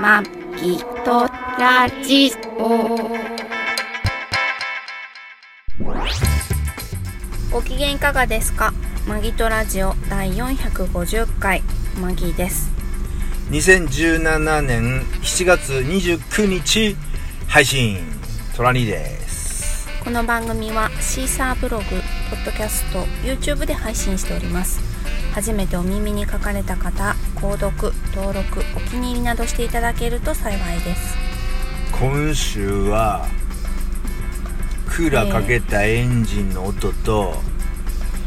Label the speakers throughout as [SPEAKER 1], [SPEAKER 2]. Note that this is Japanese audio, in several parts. [SPEAKER 1] まきとラジオご機嫌いかがですかマギトラジオ第450回マギです
[SPEAKER 2] 2017年7月29日配信トラニーです
[SPEAKER 1] この番組はシーサーブログポッドキャスト YouTube で配信しております初めてお耳に書かれた方購読登録お気に入りなどしていただけると幸いです
[SPEAKER 2] 今週はクーラーかけたエンジンの音と、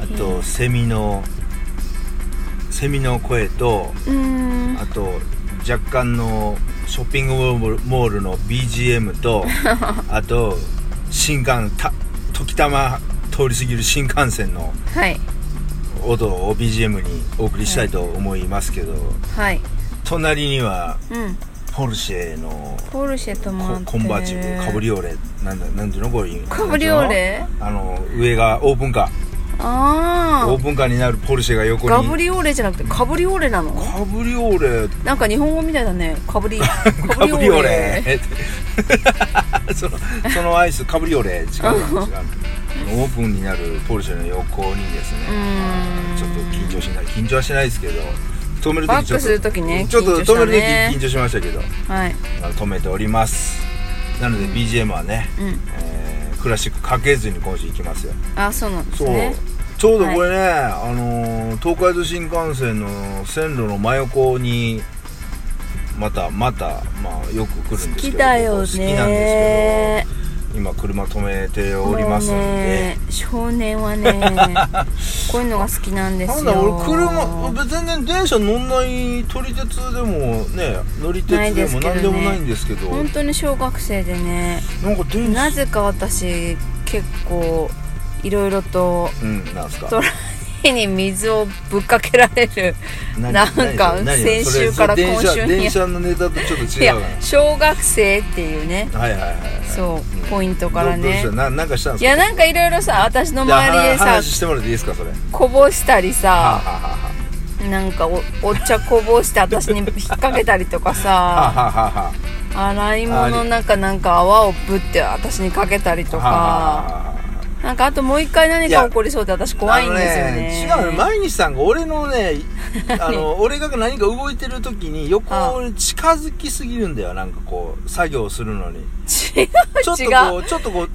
[SPEAKER 1] え
[SPEAKER 2] あ
[SPEAKER 1] え
[SPEAKER 2] とセミのセミの声と
[SPEAKER 1] うーん
[SPEAKER 2] あと若干のショッピングモールの BGM とあと新幹た時たま通り過ぎる新幹線の
[SPEAKER 1] はい
[SPEAKER 2] 音を BGM にお送りしたいと思いますけど、
[SPEAKER 1] はい
[SPEAKER 2] 隣には
[SPEAKER 1] うん
[SPEAKER 2] ポルシェの
[SPEAKER 1] ポルシェとも
[SPEAKER 2] ココンバーチブカブリオレなんだなんていうのこれ
[SPEAKER 1] カブリオレ
[SPEAKER 2] あの上がオープンカー
[SPEAKER 1] あ
[SPEAKER 2] オ
[SPEAKER 1] あ
[SPEAKER 2] ープンカーになるポルシェが横に
[SPEAKER 1] ガブリオレじゃなくてカブリオレなの
[SPEAKER 2] カブリオレ
[SPEAKER 1] なんか日本語みたいだねカ ブリ
[SPEAKER 2] カブリオレ そのそのアイスカブリオレ違うかな違うかなオープンになるポルシェの横にです
[SPEAKER 1] う
[SPEAKER 2] ね
[SPEAKER 1] ーん
[SPEAKER 2] ちょっと緊張しない緊張はしないですけど止める時ちょっと
[SPEAKER 1] バックする時ね
[SPEAKER 2] ちょっと
[SPEAKER 1] 緊張した
[SPEAKER 2] 止める
[SPEAKER 1] ね
[SPEAKER 2] 時緊張しましたけど
[SPEAKER 1] はい
[SPEAKER 2] あの止めておりますなので BGM はね、
[SPEAKER 1] うん
[SPEAKER 2] えークラシックかけずに今週行きますよ
[SPEAKER 1] あそうなんです
[SPEAKER 2] そう、
[SPEAKER 1] ね
[SPEAKER 2] ちょうどこれね、あのー東海道新幹線の線路の真横にまたまたまあよく来るんですけ
[SPEAKER 1] 好
[SPEAKER 2] ど
[SPEAKER 1] きだよね
[SPEAKER 2] 好きなんですけど今車止めておりますん
[SPEAKER 1] もう
[SPEAKER 2] で
[SPEAKER 1] ね少年はね こういうのが好きなんです
[SPEAKER 2] な
[SPEAKER 1] よ
[SPEAKER 2] んだ俺車別に全然電車乗んない撮り鉄でもね乗り鉄
[SPEAKER 1] ない
[SPEAKER 2] で
[SPEAKER 1] です
[SPEAKER 2] も
[SPEAKER 1] けどね
[SPEAKER 2] 何でもないんですけど
[SPEAKER 1] 本当に小学生でね
[SPEAKER 2] なんか電車
[SPEAKER 1] なぜか私結構いろいろと
[SPEAKER 2] うんなんすか
[SPEAKER 1] トライに水をぶっかけられる
[SPEAKER 2] 何
[SPEAKER 1] なんか
[SPEAKER 2] 何何
[SPEAKER 1] 先週から
[SPEAKER 2] それ
[SPEAKER 1] 今週
[SPEAKER 2] 電車
[SPEAKER 1] に
[SPEAKER 2] 電車のネタとちょっと
[SPEAKER 1] い
[SPEAKER 2] 違
[SPEAKER 1] や
[SPEAKER 2] うかな
[SPEAKER 1] 小学生っていうね
[SPEAKER 2] はいはいはいはい
[SPEAKER 1] そうポイントから
[SPEAKER 2] どどうし
[SPEAKER 1] ね
[SPEAKER 2] たななんかしたん
[SPEAKER 1] い
[SPEAKER 2] です
[SPEAKER 1] や
[SPEAKER 2] か
[SPEAKER 1] なんかいろいろさ私の
[SPEAKER 2] じゃあ
[SPEAKER 1] 周りで
[SPEAKER 2] は
[SPEAKER 1] さ
[SPEAKER 2] 話してもらっていいですかそれは
[SPEAKER 1] こぼしたり
[SPEAKER 2] あはあ
[SPEAKER 1] さ
[SPEAKER 2] は
[SPEAKER 1] なんかおお茶こぼして私に引っ掛けたりとか
[SPEAKER 2] あはあ
[SPEAKER 1] さ
[SPEAKER 2] はあはあは
[SPEAKER 1] 洗い物の中なんか泡をぶって私にかけたりと
[SPEAKER 2] あ
[SPEAKER 1] か
[SPEAKER 2] はあはあはあ
[SPEAKER 1] なんかあともう一回何
[SPEAKER 2] い
[SPEAKER 1] か
[SPEAKER 2] や
[SPEAKER 1] 起こりそうで私怖いんですよね
[SPEAKER 2] あの違うの毎日さんが俺のねあの俺が何か動いてる時に横に近づきすぎるんだよなんかこう作業するのに
[SPEAKER 1] 違う
[SPEAKER 2] ちょっと
[SPEAKER 1] 違
[SPEAKER 2] こ
[SPEAKER 1] う
[SPEAKER 2] うちょっとこ
[SPEAKER 1] 違
[SPEAKER 2] う
[SPEAKER 1] う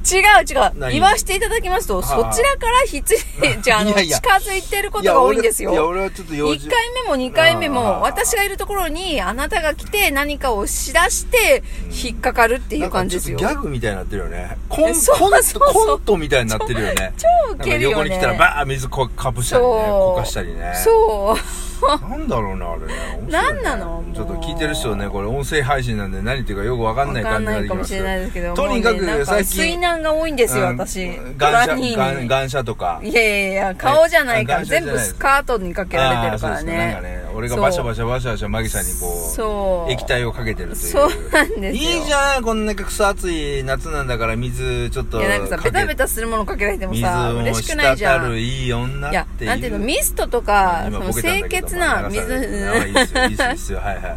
[SPEAKER 1] 違う
[SPEAKER 2] 何
[SPEAKER 1] 言わしていただきますと
[SPEAKER 2] あ
[SPEAKER 1] そちらからひつじゃああの
[SPEAKER 2] いやいや
[SPEAKER 1] 近づいてることが多いんですよ
[SPEAKER 2] いや俺いや俺はちょっと用
[SPEAKER 1] 1
[SPEAKER 2] 事
[SPEAKER 1] 回目も2回目
[SPEAKER 2] あー
[SPEAKER 1] も私がいるところにあなたが来て何かをしだして引っかかるってい
[SPEAKER 2] な
[SPEAKER 1] うん
[SPEAKER 2] か
[SPEAKER 1] 感
[SPEAKER 2] ち
[SPEAKER 1] じ
[SPEAKER 2] ょ
[SPEAKER 1] です
[SPEAKER 2] っとギ
[SPEAKER 1] よ
[SPEAKER 2] ャグみたいになってるよねコン
[SPEAKER 1] えそう
[SPEAKER 2] コン
[SPEAKER 1] そ
[SPEAKER 2] ト
[SPEAKER 1] うそう
[SPEAKER 2] コントみたいになってるよね
[SPEAKER 1] 超ウ
[SPEAKER 2] なん
[SPEAKER 1] ケ
[SPEAKER 2] か
[SPEAKER 1] るよね
[SPEAKER 2] 横に来たらバーッ水こかぶしたりね
[SPEAKER 1] そう
[SPEAKER 2] こかしたりね
[SPEAKER 1] そう
[SPEAKER 2] なんだろうなあれね面白いね
[SPEAKER 1] なんなのもう
[SPEAKER 2] ちょっと聞いてる人ねこれ音声配信なんで何言ってるかよくわかんな
[SPEAKER 1] 分
[SPEAKER 2] い
[SPEAKER 1] か
[SPEAKER 2] 感
[SPEAKER 1] ん
[SPEAKER 2] じが
[SPEAKER 1] ない
[SPEAKER 2] で
[SPEAKER 1] か
[SPEAKER 2] き
[SPEAKER 1] も
[SPEAKER 2] ま
[SPEAKER 1] し
[SPEAKER 2] す
[SPEAKER 1] れ
[SPEAKER 2] けど
[SPEAKER 1] ないですけど
[SPEAKER 2] とにかく
[SPEAKER 1] もうねなん
[SPEAKER 2] 最近
[SPEAKER 1] 水難が多いんですよ
[SPEAKER 2] うん
[SPEAKER 1] 私ト
[SPEAKER 2] ガン
[SPEAKER 1] ラ
[SPEAKER 2] シ
[SPEAKER 1] ニ
[SPEAKER 2] ャガ
[SPEAKER 1] ー
[SPEAKER 2] ン
[SPEAKER 1] に
[SPEAKER 2] ガンシャとか
[SPEAKER 1] いやいやいや顔じゃないから
[SPEAKER 2] えガンシャ
[SPEAKER 1] 全
[SPEAKER 2] じゃない
[SPEAKER 1] 部スカートにかけられてるから
[SPEAKER 2] あーそう
[SPEAKER 1] ね
[SPEAKER 2] ですねなんかね俺が
[SPEAKER 1] そう
[SPEAKER 2] バシャバシャバシャバシャマギさんにこ
[SPEAKER 1] そう
[SPEAKER 2] う液体をかけてるという
[SPEAKER 1] そうなんですよ
[SPEAKER 2] いいじゃんこんな草暑い夏なんだから水ちょっと
[SPEAKER 1] いやなんかさ
[SPEAKER 2] かけ
[SPEAKER 1] ベタベタするものかけられても
[SPEAKER 2] 水
[SPEAKER 1] さ
[SPEAKER 2] を
[SPEAKER 1] 嬉しくないじゃ
[SPEAKER 2] 滴る
[SPEAKER 1] ん
[SPEAKER 2] いい女
[SPEAKER 1] い
[SPEAKER 2] っ
[SPEAKER 1] や
[SPEAKER 2] ていう
[SPEAKER 1] なんていうのミストとかそ
[SPEAKER 2] 今
[SPEAKER 1] の
[SPEAKER 2] ボケたん
[SPEAKER 1] 清
[SPEAKER 2] だけど
[SPEAKER 1] 潔な
[SPEAKER 2] 流
[SPEAKER 1] 水
[SPEAKER 2] されてあいいっすよいいっすよいいっすよはいはい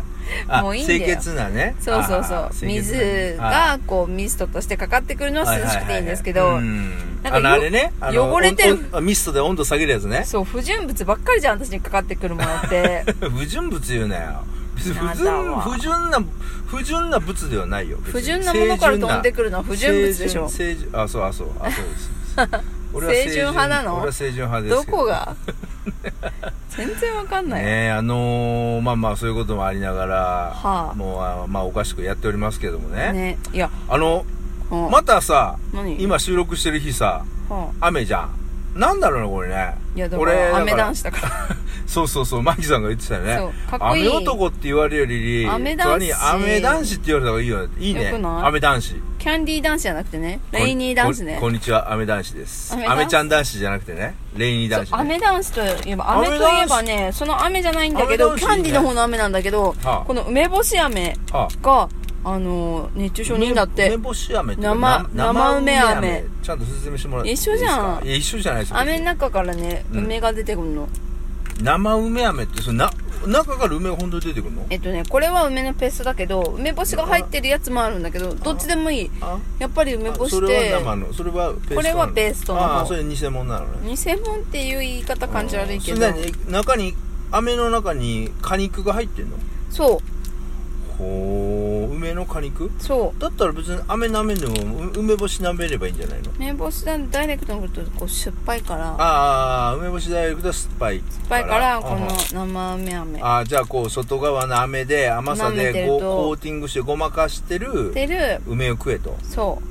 [SPEAKER 2] あ
[SPEAKER 1] もういいんだよ
[SPEAKER 2] 清潔なね
[SPEAKER 1] そうそうそ
[SPEAKER 2] あ
[SPEAKER 1] う
[SPEAKER 2] ー清潔な
[SPEAKER 1] 水
[SPEAKER 2] あ
[SPEAKER 1] がこうミストとしてかかってくるのは涼しくていいんですけ
[SPEAKER 2] はは
[SPEAKER 1] ど
[SPEAKER 2] はうん
[SPEAKER 1] なんか
[SPEAKER 2] あの
[SPEAKER 1] よ
[SPEAKER 2] あれねあの
[SPEAKER 1] 汚れてる
[SPEAKER 2] 温度あミストで温度下げるやつね
[SPEAKER 1] そう不純物ばっかりじゃん私にかかってくるものって
[SPEAKER 2] 不純物言うなよ別に不
[SPEAKER 1] やだわ
[SPEAKER 2] 純不純な不純な物ではないよ別に
[SPEAKER 1] 不純なものから
[SPEAKER 2] 清純な
[SPEAKER 1] 飛んでくるのは不純物でしょ
[SPEAKER 2] 清純清純あそうあそうあそうです 俺は
[SPEAKER 1] 清純派なの
[SPEAKER 2] 俺は清純派で
[SPEAKER 1] ど
[SPEAKER 2] すけど
[SPEAKER 1] こが全然わかんないよ
[SPEAKER 2] ねえあのーまあまあそういうこともありながら、
[SPEAKER 1] はあ
[SPEAKER 2] もうあまあおかしくやっておりますけどもね
[SPEAKER 1] ねいや
[SPEAKER 2] あの
[SPEAKER 1] うん
[SPEAKER 2] またさ
[SPEAKER 1] 何
[SPEAKER 2] 今収録してる日さ
[SPEAKER 1] うん
[SPEAKER 2] 雨じゃんなんだろうねこれね
[SPEAKER 1] いやだか
[SPEAKER 2] 俺
[SPEAKER 1] ら雨男子だから
[SPEAKER 2] そうそうそうマキさんが言ってたよね
[SPEAKER 1] そうかっこいい
[SPEAKER 2] 雨男って言われるより
[SPEAKER 1] 雨男子
[SPEAKER 2] それに雨男子って言われた方がいいよねいいね
[SPEAKER 1] よくない
[SPEAKER 2] 雨男子
[SPEAKER 1] キャンディー男子じゃなくてねレイニー男子ね
[SPEAKER 2] こんこんにちは雨男子です
[SPEAKER 1] 雨
[SPEAKER 2] 雨
[SPEAKER 1] 男子
[SPEAKER 2] ちゃん男子じゃなくてねレイニー
[SPEAKER 1] そう
[SPEAKER 2] 男子、ね、
[SPEAKER 1] 雨ダンスといえば雨といえばねその雨じゃないんだけど
[SPEAKER 2] 雨
[SPEAKER 1] キ
[SPEAKER 2] ダンスい
[SPEAKER 1] ャ
[SPEAKER 2] い
[SPEAKER 1] ン
[SPEAKER 2] ね
[SPEAKER 1] ディの方の雨なんだけど、
[SPEAKER 2] はあ
[SPEAKER 1] この梅干し飴
[SPEAKER 2] あ
[SPEAKER 1] があのー熱中症にいいんだっ
[SPEAKER 2] 梅
[SPEAKER 1] て
[SPEAKER 2] 干し飴って
[SPEAKER 1] 生
[SPEAKER 2] な
[SPEAKER 1] 生梅飴
[SPEAKER 2] ちゃんと説明してもらっていい
[SPEAKER 1] 一緒じゃん
[SPEAKER 2] ですかいや一緒じゃないですよ
[SPEAKER 1] 飴の中からね
[SPEAKER 2] うん
[SPEAKER 1] 梅が出てくるの、
[SPEAKER 2] 生梅飴ってそのな中から梅が本当に出てくるの
[SPEAKER 1] えっとねこれは梅のペーストだけど梅干しが入ってるやつもあるんだけどどっちでもいい
[SPEAKER 2] あ
[SPEAKER 1] やっぱり梅干し
[SPEAKER 2] そ
[SPEAKER 1] っ
[SPEAKER 2] れ
[SPEAKER 1] て
[SPEAKER 2] は生のそれはペースト
[SPEAKER 1] こ
[SPEAKER 2] なの
[SPEAKER 1] れはペーストの方
[SPEAKER 2] ああそれ偽物なのね
[SPEAKER 1] 偽物っていう言い方感じ悪いけ
[SPEAKER 2] そ
[SPEAKER 1] ど
[SPEAKER 2] れ何中に飴の中に果肉が入ってんの
[SPEAKER 1] そ
[SPEAKER 2] ほう梅の果肉
[SPEAKER 1] うそう
[SPEAKER 2] だったら別に飴舐めんでもう梅干し舐めればいいんじゃないの
[SPEAKER 1] 梅干しだダイレクトに来るとこう酸っぱいから酸っ
[SPEAKER 2] ああ梅干しダイレクトは酸っぱい酸っ
[SPEAKER 1] ぱいからこ
[SPEAKER 2] あ
[SPEAKER 1] の生梅飴
[SPEAKER 2] あじゃあこう外側の飴で甘さ
[SPEAKER 1] 舐めて
[SPEAKER 2] で
[SPEAKER 1] ると
[SPEAKER 2] こうコーティングしてごまかしてる
[SPEAKER 1] てる
[SPEAKER 2] 梅を食えと
[SPEAKER 1] そ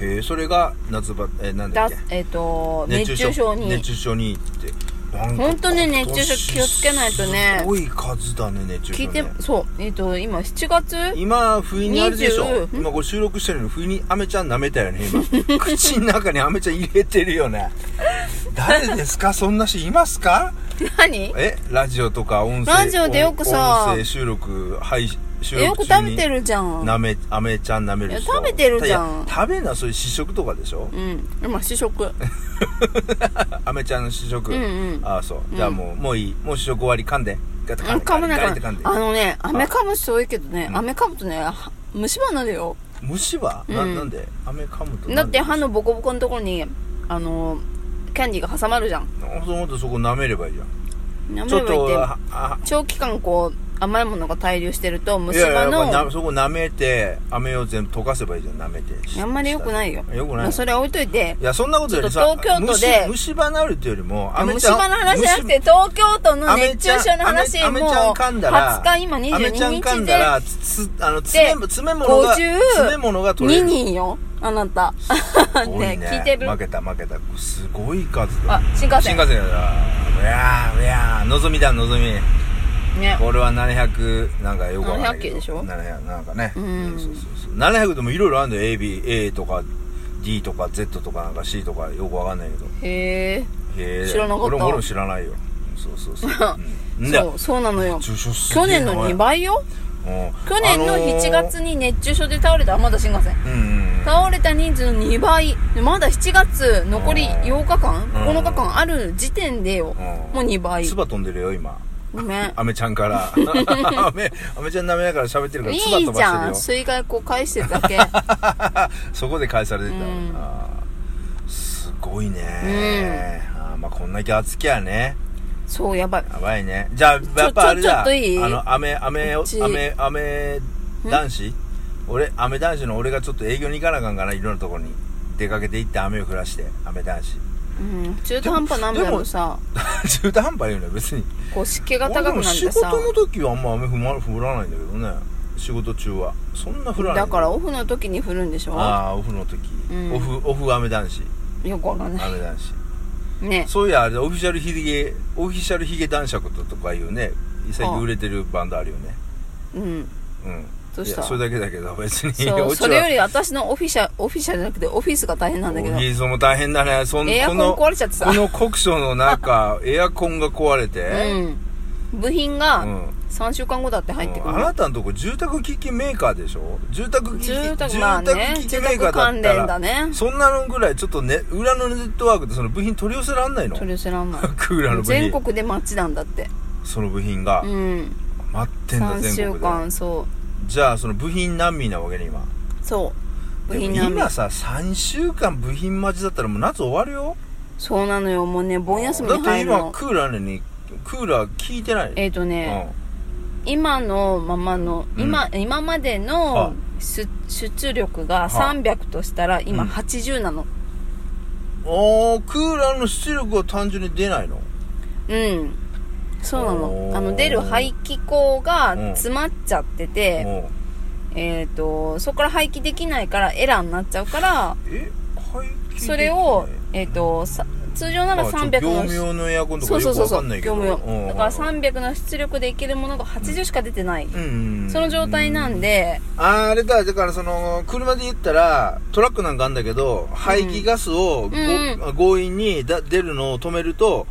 [SPEAKER 2] へえそれが夏バえなん
[SPEAKER 1] う
[SPEAKER 2] だ
[SPEAKER 1] だ
[SPEAKER 2] っけ
[SPEAKER 1] えっ、と熱中症に
[SPEAKER 2] 熱中症にってなんか
[SPEAKER 1] ほんとね
[SPEAKER 2] 今年
[SPEAKER 1] 熱中症気をつけないとね
[SPEAKER 2] すごい数だね熱中症、
[SPEAKER 1] 聞
[SPEAKER 2] ね、
[SPEAKER 1] いてそうえっ、と今7月
[SPEAKER 2] 今不意にあれでしょ
[SPEAKER 1] 20
[SPEAKER 2] 今これ収録してるのに不意にアメちゃん舐めたよね 今口の中にアメちゃん入れてるよね誰ですかそんな人いますか
[SPEAKER 1] 何
[SPEAKER 2] えラジオとか音声
[SPEAKER 1] ラジオでよくさ
[SPEAKER 2] 音声収録配信収
[SPEAKER 1] えよく
[SPEAKER 2] 録
[SPEAKER 1] 食
[SPEAKER 2] 中
[SPEAKER 1] べ
[SPEAKER 2] に
[SPEAKER 1] てるじゃん
[SPEAKER 2] なめアメちゃん舐める人
[SPEAKER 1] いや食べてるじゃん
[SPEAKER 2] いや食べるのはそういう試食とかでしょ
[SPEAKER 1] うん今試 食
[SPEAKER 2] アメちゃんの試食、
[SPEAKER 1] うんうん
[SPEAKER 2] ああそう、じゃあもうもういいもう試食終わり噛んでガタ
[SPEAKER 1] あ噛むなか
[SPEAKER 2] ガタガタガタって
[SPEAKER 1] あ
[SPEAKER 2] 噛んで
[SPEAKER 1] のねアメかむ人多いけどね
[SPEAKER 2] うん
[SPEAKER 1] アメかむとねは虫歯なるよ
[SPEAKER 2] 虫は、な
[SPEAKER 1] うん
[SPEAKER 2] なんでアメ噛むとなんで
[SPEAKER 1] だって歯のボコボコのところにあのキャンディーが挟まるじゃん
[SPEAKER 2] もともとそこ舐めればいいじゃん
[SPEAKER 1] 舐
[SPEAKER 2] ちょっ
[SPEAKER 1] めばいい
[SPEAKER 2] と
[SPEAKER 1] って
[SPEAKER 2] ああ
[SPEAKER 1] 長期間こう甘いものが滞留してると
[SPEAKER 2] い
[SPEAKER 1] 虫
[SPEAKER 2] やい
[SPEAKER 1] 歯
[SPEAKER 2] や
[SPEAKER 1] の
[SPEAKER 2] これなそこ舐めて飴を全部溶かせばいいじゃん舐めて
[SPEAKER 1] あんまり良くないよ
[SPEAKER 2] よく
[SPEAKER 1] ま
[SPEAKER 2] な
[SPEAKER 1] あ
[SPEAKER 2] い
[SPEAKER 1] それは置いといて
[SPEAKER 2] いやそんなことより
[SPEAKER 1] ち
[SPEAKER 2] さ
[SPEAKER 1] ょっと東京都で
[SPEAKER 2] 虫虫歯なるっていうよりも飴
[SPEAKER 1] 虫
[SPEAKER 2] ちゃん
[SPEAKER 1] 歯の話じゃなくて東京都の熱中症の話
[SPEAKER 2] アメち
[SPEAKER 1] もう
[SPEAKER 2] ゃん噛んだら
[SPEAKER 1] 20日今
[SPEAKER 2] アメちゃん
[SPEAKER 1] 22
[SPEAKER 2] 噛ん
[SPEAKER 1] 日
[SPEAKER 2] だ
[SPEAKER 1] で
[SPEAKER 2] らつつあの詰め詰め物が
[SPEAKER 1] 50
[SPEAKER 2] 詰め物が取れ
[SPEAKER 1] 2
[SPEAKER 2] る
[SPEAKER 1] 人よあなた
[SPEAKER 2] すごい
[SPEAKER 1] ね聞いてる
[SPEAKER 2] 負けた負けたすごい数だ
[SPEAKER 1] あ新幹
[SPEAKER 2] 新
[SPEAKER 1] 線
[SPEAKER 2] 幹線だないやーいやーのぞみだのぞみ
[SPEAKER 1] ね
[SPEAKER 2] 俺は700なんかよくわかんないけど
[SPEAKER 1] 700でしょ
[SPEAKER 2] 700なんかね
[SPEAKER 1] うん
[SPEAKER 2] そうそうそう700でもいろいろあるんだよ ABA とか D とか Z とかなんか C とかよくわかんないけど
[SPEAKER 1] へ
[SPEAKER 2] へえ
[SPEAKER 1] 知らなかった
[SPEAKER 2] 俺も俺も知らないよそうそ うそう、うん、
[SPEAKER 1] え
[SPEAKER 2] んだよ
[SPEAKER 1] そうそうなのよ
[SPEAKER 2] 重症すげえ
[SPEAKER 1] 去年の
[SPEAKER 2] なおい
[SPEAKER 1] 2倍よ
[SPEAKER 2] うん
[SPEAKER 1] 去年の7月に熱中症で倒れたあまだ新幹線
[SPEAKER 2] あのーうん
[SPEAKER 1] 倒れた人数の2倍でまだ7月残り8日間9日間ある時点でよ
[SPEAKER 2] うん
[SPEAKER 1] もう2倍
[SPEAKER 2] 唾飛んでるよ今
[SPEAKER 1] ごめん
[SPEAKER 2] アメちゃんから アメアメちゃん舐めながら喋ってるから唾
[SPEAKER 1] い
[SPEAKER 2] 飛
[SPEAKER 1] いじゃ
[SPEAKER 2] ば
[SPEAKER 1] ん
[SPEAKER 2] して
[SPEAKER 1] 水害こう返してるだ け
[SPEAKER 2] るよ そこで返されてた、
[SPEAKER 1] うん
[SPEAKER 2] あーすごいね、あーまあこんだけ暑きゃね
[SPEAKER 1] そうやばい
[SPEAKER 2] やばいねじゃあやっぱあれだ
[SPEAKER 1] ちょちょちょっといい
[SPEAKER 2] あのアメアメ
[SPEAKER 1] うち
[SPEAKER 2] アメアメ男子俺アメ男子の俺がちょっと営業に行かなあかんかないろんなところに出かけて行って雨を降らしてアメ男子
[SPEAKER 1] うん中途半端なんだろうさ
[SPEAKER 2] 中途半端言うのよ別に
[SPEAKER 1] こう湿気が
[SPEAKER 2] 俺
[SPEAKER 1] 高
[SPEAKER 2] で
[SPEAKER 1] くな
[SPEAKER 2] も
[SPEAKER 1] っ
[SPEAKER 2] 仕
[SPEAKER 1] てさ
[SPEAKER 2] 事の時はあんま雨降ま降らないんだけどね仕事中はそんな降らない
[SPEAKER 1] だからオフの時に降るんでしょ
[SPEAKER 2] ああーオフの時、
[SPEAKER 1] うん
[SPEAKER 2] オフオフ雨男子
[SPEAKER 1] よくわかんない
[SPEAKER 2] 雨男子
[SPEAKER 1] ね
[SPEAKER 2] そういやあれだオフィシャルヒゲオフィシャルヒゲ男爵ととかいうね最近売れてるバンドあるよね
[SPEAKER 1] うん
[SPEAKER 2] うん
[SPEAKER 1] どうした
[SPEAKER 2] いやそれだけだけど別に
[SPEAKER 1] そう
[SPEAKER 2] うち
[SPEAKER 1] そ
[SPEAKER 2] は
[SPEAKER 1] れより私のオフィシャオフィシャじゃなくてオフィスが大変なんだけど
[SPEAKER 2] オフィスも大変だねそん
[SPEAKER 1] エアコン
[SPEAKER 2] こ
[SPEAKER 1] 壊
[SPEAKER 2] の
[SPEAKER 1] れちゃってさ
[SPEAKER 2] この酷暑の中エアコンが壊れて、
[SPEAKER 1] うん部品
[SPEAKER 2] う
[SPEAKER 1] が
[SPEAKER 2] ん
[SPEAKER 1] 3週間後だって入ってく
[SPEAKER 2] う
[SPEAKER 1] る
[SPEAKER 2] んあなたのとこ住宅機器メーカーでしょ住宅機器
[SPEAKER 1] 住宅まあね
[SPEAKER 2] 住宅機器
[SPEAKER 1] 住
[SPEAKER 2] メーカ
[SPEAKER 1] 宅
[SPEAKER 2] ーだ
[SPEAKER 1] 関
[SPEAKER 2] った
[SPEAKER 1] 連
[SPEAKER 2] ら
[SPEAKER 1] だね
[SPEAKER 2] そんなのぐらいちょっとね裏のネットワークでその部品取り寄せらんないの
[SPEAKER 1] 取り寄せらんない
[SPEAKER 2] クーラーの部
[SPEAKER 1] 全
[SPEAKER 2] 品
[SPEAKER 1] 国で待ちなんだって
[SPEAKER 2] その部品が、
[SPEAKER 1] うん
[SPEAKER 2] 待ってんだ
[SPEAKER 1] 3
[SPEAKER 2] 全
[SPEAKER 1] 週
[SPEAKER 2] 国で
[SPEAKER 1] 間そ
[SPEAKER 2] じゃあその部品難民なわけね今
[SPEAKER 1] うそう部品
[SPEAKER 2] でも
[SPEAKER 1] 並み
[SPEAKER 2] 今さ3週間部品待ちだったらもう夏終わるよ
[SPEAKER 1] そうなのよもうね盆休み
[SPEAKER 2] だ
[SPEAKER 1] に
[SPEAKER 2] って
[SPEAKER 1] 入る
[SPEAKER 2] 今
[SPEAKER 1] の
[SPEAKER 2] クーラーなのにクーラー効いてない
[SPEAKER 1] えっ、ー、とね、
[SPEAKER 2] うん
[SPEAKER 1] 今のままの今,、今まで
[SPEAKER 2] は
[SPEAKER 1] の出出力が300としたら今
[SPEAKER 2] うん
[SPEAKER 1] 80なの
[SPEAKER 2] おークーラーの出力は単純に出ないの
[SPEAKER 1] うん、そうなの
[SPEAKER 2] おー
[SPEAKER 1] あの出る排気口が
[SPEAKER 2] うん
[SPEAKER 1] 詰まっちゃってて、
[SPEAKER 2] も
[SPEAKER 1] えっ、と、そこから廃棄できないからエラーになっちゃうから、
[SPEAKER 2] うんえ排気できない
[SPEAKER 1] それを、えっ、と、さ通常なら
[SPEAKER 2] あちょ
[SPEAKER 1] 300
[SPEAKER 2] 業
[SPEAKER 1] の
[SPEAKER 2] 務用のエアコンとか
[SPEAKER 1] そうそ
[SPEAKER 2] よ
[SPEAKER 1] うそう
[SPEAKER 2] くわ
[SPEAKER 1] そ
[SPEAKER 2] か
[SPEAKER 1] う、
[SPEAKER 2] んないけ
[SPEAKER 1] 業
[SPEAKER 2] ど
[SPEAKER 1] 務用。
[SPEAKER 2] うん
[SPEAKER 1] だから300の出力でいけるものが80しか出てない。
[SPEAKER 2] うんうん
[SPEAKER 1] その状態なんで、
[SPEAKER 2] あーあれだだからその車で言ったらトラックなんかあんだけど排気ガス
[SPEAKER 1] う
[SPEAKER 2] をご、
[SPEAKER 1] ん
[SPEAKER 2] 強引にだ出るのを止めると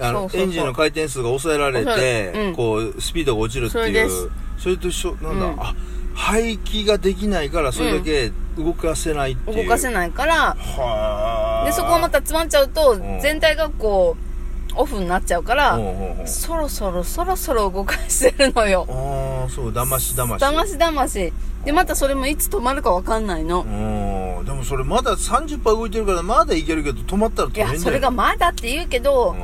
[SPEAKER 2] あ
[SPEAKER 1] そ
[SPEAKER 2] の
[SPEAKER 1] うそうそう
[SPEAKER 2] エンジンの回転数が抑えられ
[SPEAKER 1] 抑え
[SPEAKER 2] て
[SPEAKER 1] られうん
[SPEAKER 2] こうスピードが落ちるって
[SPEAKER 1] それ
[SPEAKER 2] い
[SPEAKER 1] で
[SPEAKER 2] う
[SPEAKER 1] す
[SPEAKER 2] それと一緒なんだ、
[SPEAKER 1] うん
[SPEAKER 2] あ排気ができないからそれだけ動かせないっていう、
[SPEAKER 1] 動かせないから、
[SPEAKER 2] はあ
[SPEAKER 1] で、そこがまた詰まっちゃうと
[SPEAKER 2] ん、
[SPEAKER 1] 全体がこオフになっちゃうから、
[SPEAKER 2] ほうほうほう
[SPEAKER 1] そろそろそろそろ動かしてるのよ
[SPEAKER 2] ああそうだましだまし
[SPEAKER 1] だましだましでまたそれもいつ止まるかわかんないの、
[SPEAKER 2] うんでもそれまだ30%動いてるからまだいけるけど止まったら
[SPEAKER 1] い
[SPEAKER 2] 止めんだ
[SPEAKER 1] や
[SPEAKER 2] よ
[SPEAKER 1] それがまだって言うけど、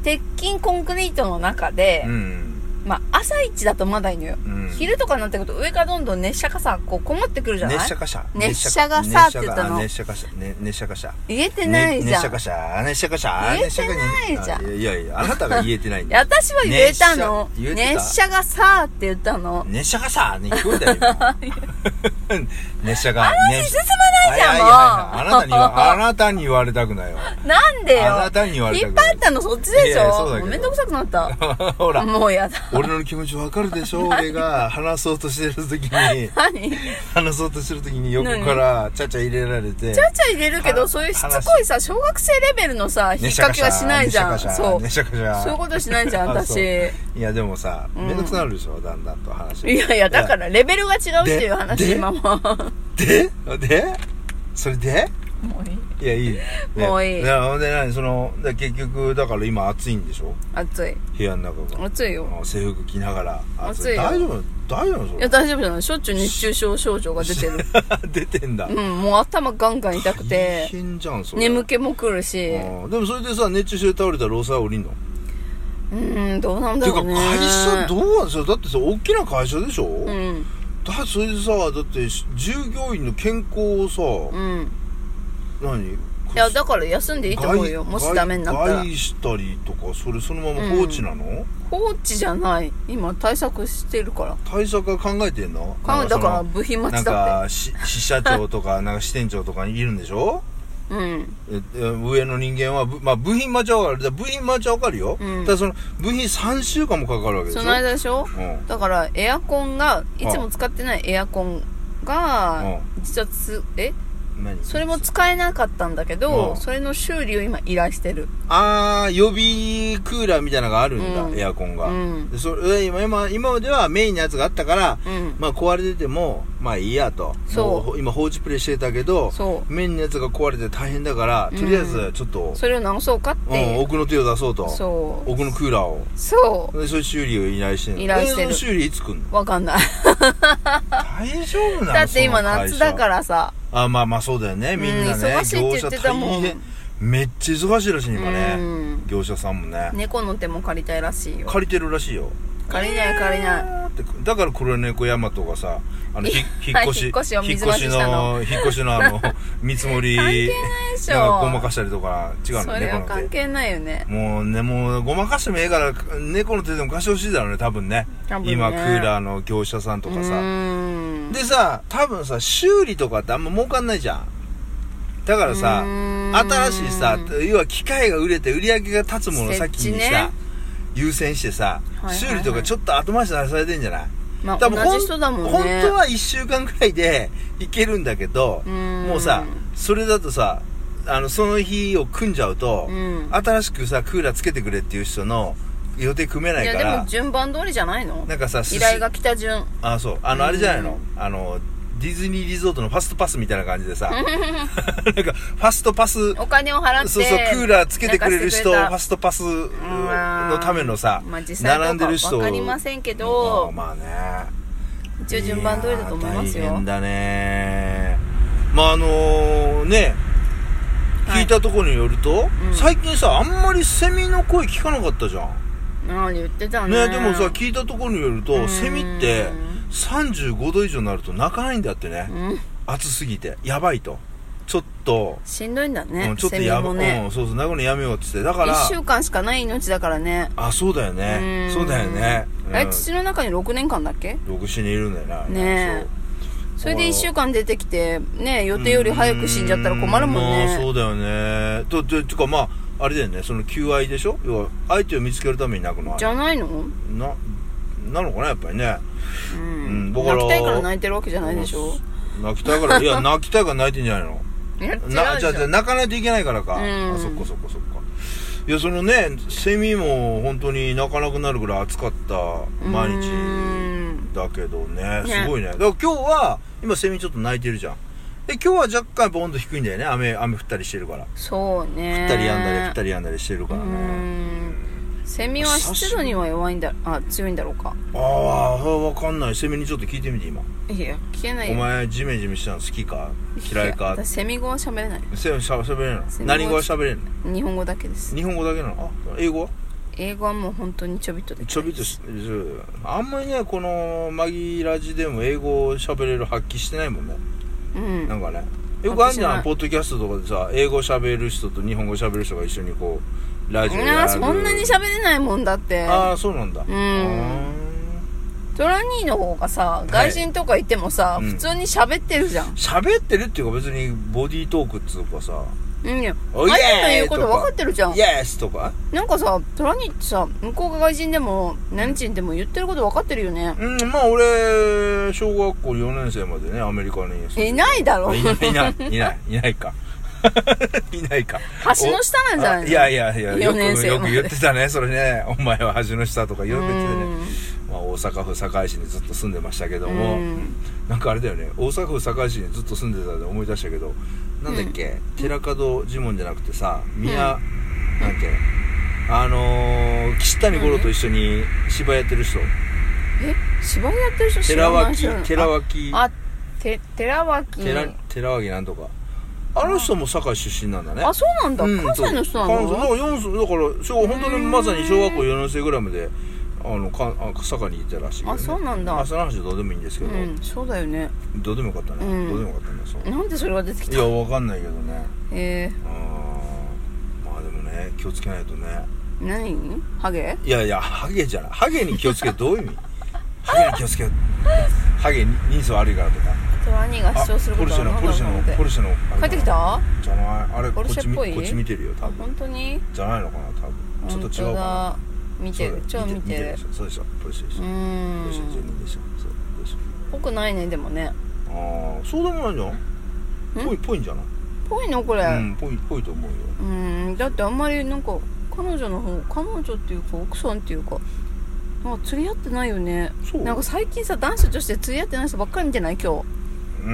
[SPEAKER 2] う
[SPEAKER 1] 鉄筋コンクリートの中で、
[SPEAKER 2] んうん
[SPEAKER 1] まあ朝一だとまだいいのよ、
[SPEAKER 2] うん
[SPEAKER 1] 昼とかになってくると上からどんどん熱射がさこうこもってくるじゃない
[SPEAKER 2] 熱射カシャ
[SPEAKER 1] 熱射カシャって言ったの
[SPEAKER 2] 熱射カシャね熱射カシャ
[SPEAKER 1] 言えてないじ
[SPEAKER 2] ね熱
[SPEAKER 1] ゃん、
[SPEAKER 2] 射カシャ熱射カシャ
[SPEAKER 1] 言えてないじゃん
[SPEAKER 2] 熱射カシャいやいやあなたが言えてないん
[SPEAKER 1] い
[SPEAKER 2] だ
[SPEAKER 1] や
[SPEAKER 2] よ
[SPEAKER 1] 私は言えたの
[SPEAKER 2] 熱射言えてた
[SPEAKER 1] 熱射がさーって言ったの
[SPEAKER 2] 熱射カシャね聞こえた よ今熱射があなたに進
[SPEAKER 1] まないじゃん
[SPEAKER 2] あなた にはあなたに言われたくないわ
[SPEAKER 1] なんでよ
[SPEAKER 2] あなたに言われた
[SPEAKER 1] 引
[SPEAKER 2] く
[SPEAKER 1] っ
[SPEAKER 2] な
[SPEAKER 1] 張
[SPEAKER 2] い
[SPEAKER 1] ったのそっちで
[SPEAKER 2] い
[SPEAKER 1] し
[SPEAKER 2] やいやそう
[SPEAKER 1] ょ
[SPEAKER 2] だけ
[SPEAKER 1] も
[SPEAKER 2] ど
[SPEAKER 1] うめんどくさくなった
[SPEAKER 2] ほら
[SPEAKER 1] もうやだ
[SPEAKER 2] 俺の気持ちわかるでしょ俺が話そうとしてる時に
[SPEAKER 1] 何ち
[SPEAKER 2] 話そうとしてる時に横からちゃちゃ入れられて
[SPEAKER 1] ゃちゃ入れるけど
[SPEAKER 2] は
[SPEAKER 1] そういうしつこいさ小学生レベルのさ引っ
[SPEAKER 2] 熱射
[SPEAKER 1] 掛
[SPEAKER 2] カシ
[SPEAKER 1] け
[SPEAKER 2] ャ
[SPEAKER 1] はしないじゃん
[SPEAKER 2] 熱射
[SPEAKER 1] そ
[SPEAKER 2] カシャ
[SPEAKER 1] う
[SPEAKER 2] 熱射カシャ
[SPEAKER 1] そういうことしないじゃん
[SPEAKER 2] あそう
[SPEAKER 1] 私い
[SPEAKER 2] いやでもさめんどくさなるでしょ、だんだんと話
[SPEAKER 1] やいやだからレベルが違うっていう話
[SPEAKER 2] で
[SPEAKER 1] 今も
[SPEAKER 2] ででそれで
[SPEAKER 1] もういい
[SPEAKER 2] いやいい、ね
[SPEAKER 1] もういい
[SPEAKER 2] やほんで何そので結局だから今暑いんでしょ
[SPEAKER 1] 暑い
[SPEAKER 2] 部屋の中が
[SPEAKER 1] 暑いよ
[SPEAKER 2] あ制服着ながら
[SPEAKER 1] 暑いよ
[SPEAKER 2] 大丈夫大丈夫そ
[SPEAKER 1] いや
[SPEAKER 2] れ
[SPEAKER 1] 大丈夫じゃないしょっちゅう熱中症症状が出てる
[SPEAKER 2] 出てんだ、
[SPEAKER 1] うんもう頭ガンガン痛く
[SPEAKER 2] 大
[SPEAKER 1] て
[SPEAKER 2] 変じゃんそれ
[SPEAKER 1] 眠気も来るし
[SPEAKER 2] あーでもそれでさ熱中症で倒れたら労災降りんの
[SPEAKER 1] うんどうなん
[SPEAKER 2] て
[SPEAKER 1] だ
[SPEAKER 2] いう
[SPEAKER 1] ろ
[SPEAKER 2] か
[SPEAKER 1] うね
[SPEAKER 2] 会社どうなんですよだってさ大きな会社でしょ、
[SPEAKER 1] う
[SPEAKER 2] だ
[SPEAKER 1] ん
[SPEAKER 2] それでさだって従業員の健康を
[SPEAKER 1] う
[SPEAKER 2] さ、
[SPEAKER 1] ん
[SPEAKER 2] 何
[SPEAKER 1] いやだから休んでいいと思うよ
[SPEAKER 2] 害
[SPEAKER 1] もしダメになったら
[SPEAKER 2] 害したりとかそれそのまま放置なの、
[SPEAKER 1] 放置じゃない今対策してるから
[SPEAKER 2] 対策は考えてんの
[SPEAKER 1] かだから
[SPEAKER 2] なんか
[SPEAKER 1] 部品
[SPEAKER 2] その
[SPEAKER 1] 待
[SPEAKER 2] なん
[SPEAKER 1] ちだっ
[SPEAKER 2] かし支社長とか なんか支店長とかにいるんでしょ
[SPEAKER 1] てうん
[SPEAKER 2] ええ上の人間はぶ、まあ、部品待ちは分かるだから部品待ちは分かるよ、
[SPEAKER 1] うん
[SPEAKER 2] ただその部品3週間もかかるわけでしょ
[SPEAKER 1] その間でしょ
[SPEAKER 2] うん
[SPEAKER 1] だからエアコンがいつも使ってないエアコンが実はつえ
[SPEAKER 2] 何
[SPEAKER 1] それも使えなかったんだけ
[SPEAKER 2] う
[SPEAKER 1] ど
[SPEAKER 2] ん
[SPEAKER 1] それの修理を今依頼してる
[SPEAKER 2] ああ予備クーラーみたいなのがあるんだ、
[SPEAKER 1] うん
[SPEAKER 2] エアコン
[SPEAKER 1] う
[SPEAKER 2] が、
[SPEAKER 1] ん
[SPEAKER 2] でそれ今今今まではメインのやつがあったから
[SPEAKER 1] うん
[SPEAKER 2] まあ壊れててもまあいいやと
[SPEAKER 1] そう
[SPEAKER 2] も今放置プレイしてたけど
[SPEAKER 1] そ
[SPEAKER 2] メインのやつが壊れて大変だから
[SPEAKER 1] うん
[SPEAKER 2] とりあえずちょっと
[SPEAKER 1] う、それを直そうかっ
[SPEAKER 2] うん、
[SPEAKER 1] て
[SPEAKER 2] 奥の手を出そうと
[SPEAKER 1] そう
[SPEAKER 2] 奥のクーラーを
[SPEAKER 1] そ
[SPEAKER 2] でそういう修理を依頼してる
[SPEAKER 1] 依頼してる
[SPEAKER 2] 修理いつ来んの
[SPEAKER 1] うわかん ない
[SPEAKER 2] 大丈夫なの
[SPEAKER 1] だって今夏だかららさ
[SPEAKER 2] あまあまあそうだよねみん
[SPEAKER 1] う
[SPEAKER 2] なね、
[SPEAKER 1] ん忙しいって言ってたもん
[SPEAKER 2] 業者大変めっちゃ忙しいらしいね今ね、
[SPEAKER 1] うん
[SPEAKER 2] 業者さんもね
[SPEAKER 1] 猫の手も借りたいらしいよ
[SPEAKER 2] 借りてるらしいよ
[SPEAKER 1] 借りない借りない
[SPEAKER 2] ってだから黒猫大和がさあのひ
[SPEAKER 1] い
[SPEAKER 2] 引
[SPEAKER 1] や
[SPEAKER 2] っ越し
[SPEAKER 1] 引っ越しを水
[SPEAKER 2] 引
[SPEAKER 1] 増
[SPEAKER 2] っ
[SPEAKER 1] し
[SPEAKER 2] 越し
[SPEAKER 1] した
[SPEAKER 2] の
[SPEAKER 1] の
[SPEAKER 2] 引っ越し のあの見積もり
[SPEAKER 1] 関係ないでしょ
[SPEAKER 2] なんかごまかしたりとか違う
[SPEAKER 1] そ
[SPEAKER 2] の
[SPEAKER 1] れ
[SPEAKER 2] 猫
[SPEAKER 1] は
[SPEAKER 2] の
[SPEAKER 1] 関
[SPEAKER 2] 手
[SPEAKER 1] 係ないよね
[SPEAKER 2] もうねもうごまかしてもええから猫の手でも貸してほしいだろうね多分ね
[SPEAKER 1] 多分ね
[SPEAKER 2] 今クーラーの業者さんと
[SPEAKER 1] と
[SPEAKER 2] か
[SPEAKER 1] う
[SPEAKER 2] さ
[SPEAKER 1] ーん
[SPEAKER 2] でさ多分さ修理とかってあんま儲かんないじゃんだからさ
[SPEAKER 1] うーん
[SPEAKER 2] 新しいさ要は機械が売れて売り上げが立つものを先に
[SPEAKER 1] 設置ね
[SPEAKER 2] さ優先してさ
[SPEAKER 1] はいはい
[SPEAKER 2] 修理とかちょっと後回しにされてんじゃない
[SPEAKER 1] まあ、
[SPEAKER 2] 多分ほん
[SPEAKER 1] 同じ人だもんね
[SPEAKER 2] 本当は1週間くらいで行けるんだけど
[SPEAKER 1] うん
[SPEAKER 2] もうさそれだとさあのその日を組んじゃうと、
[SPEAKER 1] うん
[SPEAKER 2] 新しくさクーラーつけてくれっていう人の予定組めないいか
[SPEAKER 1] やで
[SPEAKER 2] ら
[SPEAKER 1] も順番通りじゃないの
[SPEAKER 2] なんかさ
[SPEAKER 1] 依頼が来た順
[SPEAKER 2] あそうあの
[SPEAKER 1] うん
[SPEAKER 2] あれじゃないのあのディズニーリゾートのファストパスみた いな感じでさなんかファストパスそう
[SPEAKER 1] お金を払って
[SPEAKER 2] そうクーラーつけてくれる人フ
[SPEAKER 1] 寝か
[SPEAKER 2] ァ
[SPEAKER 1] せ
[SPEAKER 2] ストパス
[SPEAKER 1] てくれた
[SPEAKER 2] のためのさ、
[SPEAKER 1] うんまあ実際
[SPEAKER 2] 並んでる
[SPEAKER 1] どう
[SPEAKER 2] 人
[SPEAKER 1] か
[SPEAKER 2] を
[SPEAKER 1] わかりませんけど
[SPEAKER 2] うんまあね
[SPEAKER 1] 一応順番通りだと思いますよ
[SPEAKER 2] やー大変だねまああのね
[SPEAKER 1] はい
[SPEAKER 2] 聞いたところによると、
[SPEAKER 1] うん
[SPEAKER 2] 最近さあんまりセミの声聞かなかったじゃん
[SPEAKER 1] ああ言ってたね
[SPEAKER 2] ねでもさ聞いたところによる
[SPEAKER 1] う
[SPEAKER 2] と
[SPEAKER 1] ん
[SPEAKER 2] セミって35度以上になると鳴かないんだってね
[SPEAKER 1] うん
[SPEAKER 2] 暑すぎてやばいとちょっと、
[SPEAKER 1] しんどいんだね、
[SPEAKER 2] うん、ちょっと
[SPEAKER 1] セミ
[SPEAKER 2] やば
[SPEAKER 1] もね
[SPEAKER 2] うん、そうそう鳴くのやめようって言ってだから
[SPEAKER 1] 1週間しかない命だからね
[SPEAKER 2] あそうだよね
[SPEAKER 1] うん
[SPEAKER 2] そうだよね、うん、
[SPEAKER 1] あれ土の中に6年間だっけ
[SPEAKER 2] 6死にいるんだよな
[SPEAKER 1] ねえ
[SPEAKER 2] そう
[SPEAKER 1] それで1週間出てきてね予定より早く死んじゃったら困るもん
[SPEAKER 2] う
[SPEAKER 1] ね
[SPEAKER 2] まあそうだよねとととかまああれだよねその求愛でしょ要は相手を見つけるために泣くのは
[SPEAKER 1] じゃないの、うん
[SPEAKER 2] ななのかなやっぱりね
[SPEAKER 1] うん、
[SPEAKER 2] だから
[SPEAKER 1] 泣きたいから泣いてるわけじゃないでしょ
[SPEAKER 2] 泣きたいから いや泣きたいから泣いてんじゃないの
[SPEAKER 1] いや違うでしょ
[SPEAKER 2] なじゃあじゃあ泣かないといけないからか、
[SPEAKER 1] うん
[SPEAKER 2] あそっかそっかそっかいやそのねセミも本当に泣かなくなるぐらい暑かった毎
[SPEAKER 1] う
[SPEAKER 2] 日
[SPEAKER 1] ーん
[SPEAKER 2] だけどね
[SPEAKER 1] ね
[SPEAKER 2] すごいねだから今日は今セミちょっと泣いてるじゃんで今日は若干ボンド低いんだよね雨雨降ったりしてるから降
[SPEAKER 1] そうね
[SPEAKER 2] ったりやんだり降った
[SPEAKER 1] り
[SPEAKER 2] りやんだりしてる
[SPEAKER 1] う
[SPEAKER 2] からね
[SPEAKER 1] んセミは湿度には弱いんだあ強いんだろうか
[SPEAKER 2] ああ分かんないセミにちょっと聞いてみて今
[SPEAKER 1] いや聞けない
[SPEAKER 2] お前ジメジメしたの好きか嫌い
[SPEAKER 1] や
[SPEAKER 2] か
[SPEAKER 1] 私セミ語は喋れない
[SPEAKER 2] セミしゃしゃべれんの
[SPEAKER 1] セミ
[SPEAKER 2] 何語はしゃべれんの
[SPEAKER 1] 日本語だけです
[SPEAKER 2] 日本語だけなのあ英語は
[SPEAKER 1] 英語はもう本当にちょびっとで
[SPEAKER 2] ちょびっとしあんまりねこの紛らじでも英語を喋れる発揮してないもんね
[SPEAKER 1] うん
[SPEAKER 2] なんかねよくあるじ
[SPEAKER 1] 私
[SPEAKER 2] ゃ
[SPEAKER 1] は
[SPEAKER 2] んポッドキャストとかでさ英語喋る人と日本語喋る人が一緒にこうラジオ
[SPEAKER 1] あ
[SPEAKER 2] や
[SPEAKER 1] ー
[SPEAKER 2] る
[SPEAKER 1] そんなに喋れないもんだって
[SPEAKER 2] ああそうなんだ
[SPEAKER 1] ん
[SPEAKER 2] うん
[SPEAKER 1] トラ兄の方がさ外人とか行ってもさ、
[SPEAKER 2] うん
[SPEAKER 1] 普通に喋ってるじゃん、
[SPEAKER 2] 喋ってるっていうか別にボディートークっつうかさ
[SPEAKER 1] うん、相
[SPEAKER 2] 「
[SPEAKER 1] 手の言うこと分かってるじゃん
[SPEAKER 2] イエス!」とか
[SPEAKER 1] なんかさトラ兄ってさ向こうが外人でも何人でも言ってること分かってるよね
[SPEAKER 2] うんまあ俺小学校4年生までねアメリカに
[SPEAKER 1] いないだろ
[SPEAKER 2] いないいないいないいないか いないか
[SPEAKER 1] 橋の下なんじゃない
[SPEAKER 2] あ
[SPEAKER 1] の
[SPEAKER 2] いやいやいや
[SPEAKER 1] 4
[SPEAKER 2] よ
[SPEAKER 1] 年
[SPEAKER 2] く
[SPEAKER 1] 生
[SPEAKER 2] よ
[SPEAKER 1] ま
[SPEAKER 2] く
[SPEAKER 1] で
[SPEAKER 2] 言ってたねそれねお前は橋の下とかよ
[SPEAKER 1] う
[SPEAKER 2] く言ってたね
[SPEAKER 1] ん
[SPEAKER 2] まあ、大阪府堺市にずっと住んでましたけども、
[SPEAKER 1] うん
[SPEAKER 2] なんかあれだよね大阪府堺市にずっと住んでたんで思い出したけどなんだっけ、寺門ジモンじゃなくてさ宮、なんだっけあのー、岸谷五郎と一緒に芝居やってる人、
[SPEAKER 1] え芝居やってる人知
[SPEAKER 2] 寺
[SPEAKER 1] らない
[SPEAKER 2] 脇
[SPEAKER 1] 知らない
[SPEAKER 2] 寺脇
[SPEAKER 1] あて寺脇
[SPEAKER 2] 寺寺脇なんとかあの人も堺出身なんだね
[SPEAKER 1] あそうなんだ、
[SPEAKER 2] うん
[SPEAKER 1] 関西の人な
[SPEAKER 2] そう関
[SPEAKER 1] の
[SPEAKER 2] 西だから四歳だから小本当にまさに小学校4年生ぐらいまであのかあ坂にいたらしいけど、
[SPEAKER 1] あ
[SPEAKER 2] ね、
[SPEAKER 1] そうなんだ
[SPEAKER 2] あその話どうでもいいんですけ
[SPEAKER 1] う
[SPEAKER 2] ど、
[SPEAKER 1] んそうだよね
[SPEAKER 2] どうでもよかったね、
[SPEAKER 1] うん
[SPEAKER 2] どうでもよかったねそう
[SPEAKER 1] なんでそれが出てき
[SPEAKER 2] い
[SPEAKER 1] た
[SPEAKER 2] やわかんないけどね
[SPEAKER 1] え
[SPEAKER 2] うんまあでもね気をつけないとね
[SPEAKER 1] ー、何ハゲ
[SPEAKER 2] いやいやハゲじゃないハゲに気をつけるどういう 意味ハゲに気をつけるハゲに人相悪いからとか
[SPEAKER 1] トラ兄が
[SPEAKER 2] あ
[SPEAKER 1] 主張するこ
[SPEAKER 2] ポル
[SPEAKER 1] と
[SPEAKER 2] シェ
[SPEAKER 1] は
[SPEAKER 2] の
[SPEAKER 1] 何
[SPEAKER 2] ポルシェ
[SPEAKER 1] だろうっ
[SPEAKER 2] の
[SPEAKER 1] て
[SPEAKER 2] ポルシェのあれか
[SPEAKER 1] 帰
[SPEAKER 2] な
[SPEAKER 1] ってきたあ
[SPEAKER 2] じゃないあれこ
[SPEAKER 1] ポ
[SPEAKER 2] っ
[SPEAKER 1] ルシェ
[SPEAKER 2] ち
[SPEAKER 1] っ
[SPEAKER 2] み
[SPEAKER 1] ぽい
[SPEAKER 2] こっち見てるよ多分
[SPEAKER 1] 本当に
[SPEAKER 2] じゃないのかな多分ちょっと違う
[SPEAKER 1] 本当
[SPEAKER 2] かな
[SPEAKER 1] だ見てる
[SPEAKER 2] そ
[SPEAKER 1] 超
[SPEAKER 2] うだよ
[SPEAKER 1] 見てる
[SPEAKER 2] でしょそうでしょポルシェでし
[SPEAKER 1] う
[SPEAKER 2] ょポルシェ
[SPEAKER 1] ーん
[SPEAKER 2] 12でしょそうでしょ
[SPEAKER 1] ぽくないねでもね
[SPEAKER 2] ああそうでもないんじゃんぽいぽいんじゃない
[SPEAKER 1] ぽいのこれう
[SPEAKER 2] うん
[SPEAKER 1] ん
[SPEAKER 2] ぽいぽいと思うよ
[SPEAKER 1] だってあんまりなんか彼女の方彼女っていうか奥さんっていうかなんか釣り合ってないよね
[SPEAKER 2] そう
[SPEAKER 1] なんか最近さ男子女子で釣り合ってない人ばっかり見てない今日
[SPEAKER 2] う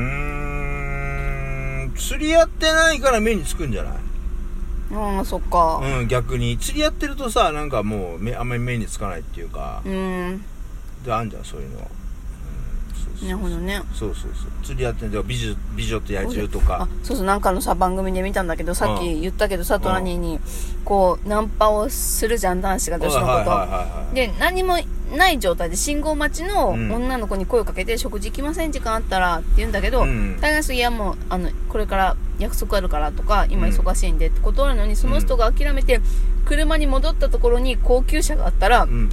[SPEAKER 2] ーん釣り合ってないから目につくんじゃない
[SPEAKER 1] ああそっか
[SPEAKER 2] うん逆に釣り合ってるとさなんかもう目あんまり目につかないっていうか
[SPEAKER 1] うん
[SPEAKER 2] であんじゃんそういうのはうんそうそう
[SPEAKER 1] なるほどね
[SPEAKER 2] そうそうそう釣り合ってんだよ美女美女と野獣と
[SPEAKER 1] あ
[SPEAKER 2] か
[SPEAKER 1] そうそうなんかのさ番組で見たんだけどさっ
[SPEAKER 2] う
[SPEAKER 1] き言ったけどさトラニーにこうナンパをするじゃん男子が女子の
[SPEAKER 2] はいはい
[SPEAKER 1] こと
[SPEAKER 2] はいはい
[SPEAKER 1] で何もない状態で信号待ちの
[SPEAKER 2] うん
[SPEAKER 1] 女の子に声をかけて、食事行きません時間あったらって言うんだけど、
[SPEAKER 2] うん
[SPEAKER 1] 大概そういやもうあのこれから約束あるからとか今忙しいんでって断るのにその人が諦めて車に戻ったところに高級車があったら
[SPEAKER 2] うん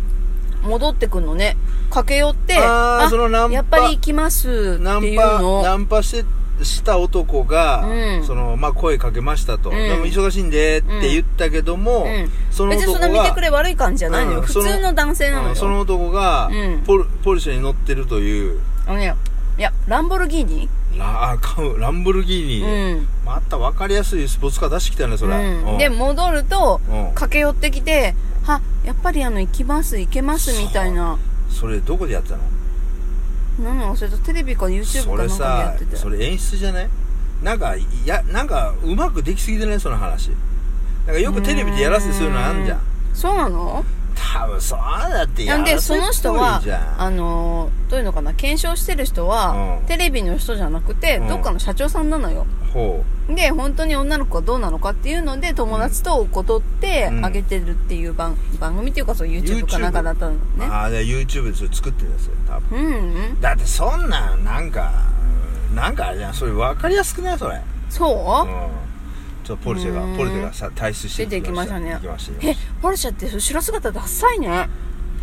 [SPEAKER 1] 戻ってくんのね駆け寄って
[SPEAKER 2] あーそのナンパ
[SPEAKER 1] やっぱり行きますって
[SPEAKER 2] ナン
[SPEAKER 1] いう
[SPEAKER 2] パナ
[SPEAKER 1] の
[SPEAKER 2] ンパしてした男が、
[SPEAKER 1] うん
[SPEAKER 2] そのまあ、声かけましたと、
[SPEAKER 1] うん
[SPEAKER 2] でも忙しいんでって言ったけども、
[SPEAKER 1] うん
[SPEAKER 2] その
[SPEAKER 1] 別に
[SPEAKER 2] 男
[SPEAKER 1] そん
[SPEAKER 2] が
[SPEAKER 1] な見てくれ悪い感じじゃないのよ、
[SPEAKER 2] うん
[SPEAKER 1] 普
[SPEAKER 2] その
[SPEAKER 1] 通の男性なのよ、
[SPEAKER 2] うんその男が
[SPEAKER 1] うん
[SPEAKER 2] ポルポルシェに乗ってるという
[SPEAKER 1] あのねいやランボルギーニ
[SPEAKER 2] ラあかランボルギーニ、
[SPEAKER 1] うん
[SPEAKER 2] また分かりやすいスポーツカー出してきたねそれ、
[SPEAKER 1] うん、
[SPEAKER 2] うん
[SPEAKER 1] で戻ると、
[SPEAKER 2] うん
[SPEAKER 1] 駆け寄ってきて「はやっぱりあの行きます行けます」みたいな
[SPEAKER 2] それどこでやってたの
[SPEAKER 1] 何を忘れたテレビか YouTube
[SPEAKER 2] そ
[SPEAKER 1] か
[SPEAKER 2] れ
[SPEAKER 1] なんかでや
[SPEAKER 2] さ
[SPEAKER 1] ってて
[SPEAKER 2] それ演出じゃないなんかいやなんかうまくできすぎてないその話なんかよくテレビでやらせてするのあんじゃん
[SPEAKER 1] そうなの
[SPEAKER 2] 多分そうだって
[SPEAKER 1] な
[SPEAKER 2] や
[SPEAKER 1] ん
[SPEAKER 2] らせ
[SPEAKER 1] で
[SPEAKER 2] っ
[SPEAKER 1] その人は
[SPEAKER 2] ぽいじゃん
[SPEAKER 1] あのーどういうのかな検証してる人は、
[SPEAKER 2] うん
[SPEAKER 1] テレビの人じゃなくて、
[SPEAKER 2] うん
[SPEAKER 1] どっかの社長さんなのよ
[SPEAKER 2] ほ
[SPEAKER 1] で本当に女の子がどうなのかっていうので友達と断って
[SPEAKER 2] うん
[SPEAKER 1] あげてるっていう番,、番組っていうかそう YouTube かなんかだったのね
[SPEAKER 2] う、ああで YouTube でそれ作ってるんですよ多分
[SPEAKER 1] うんうん
[SPEAKER 2] だってそんなんなんかうんなんかあれじゃんそれ分かりやすくないそれ
[SPEAKER 1] そう
[SPEAKER 2] う、んちょっとポルシェ
[SPEAKER 1] うーん
[SPEAKER 2] がポルシェがさ退出して
[SPEAKER 1] 出てきましたね
[SPEAKER 2] 行きました
[SPEAKER 1] え
[SPEAKER 2] よ
[SPEAKER 1] ポルシェって後ろ姿ダサいね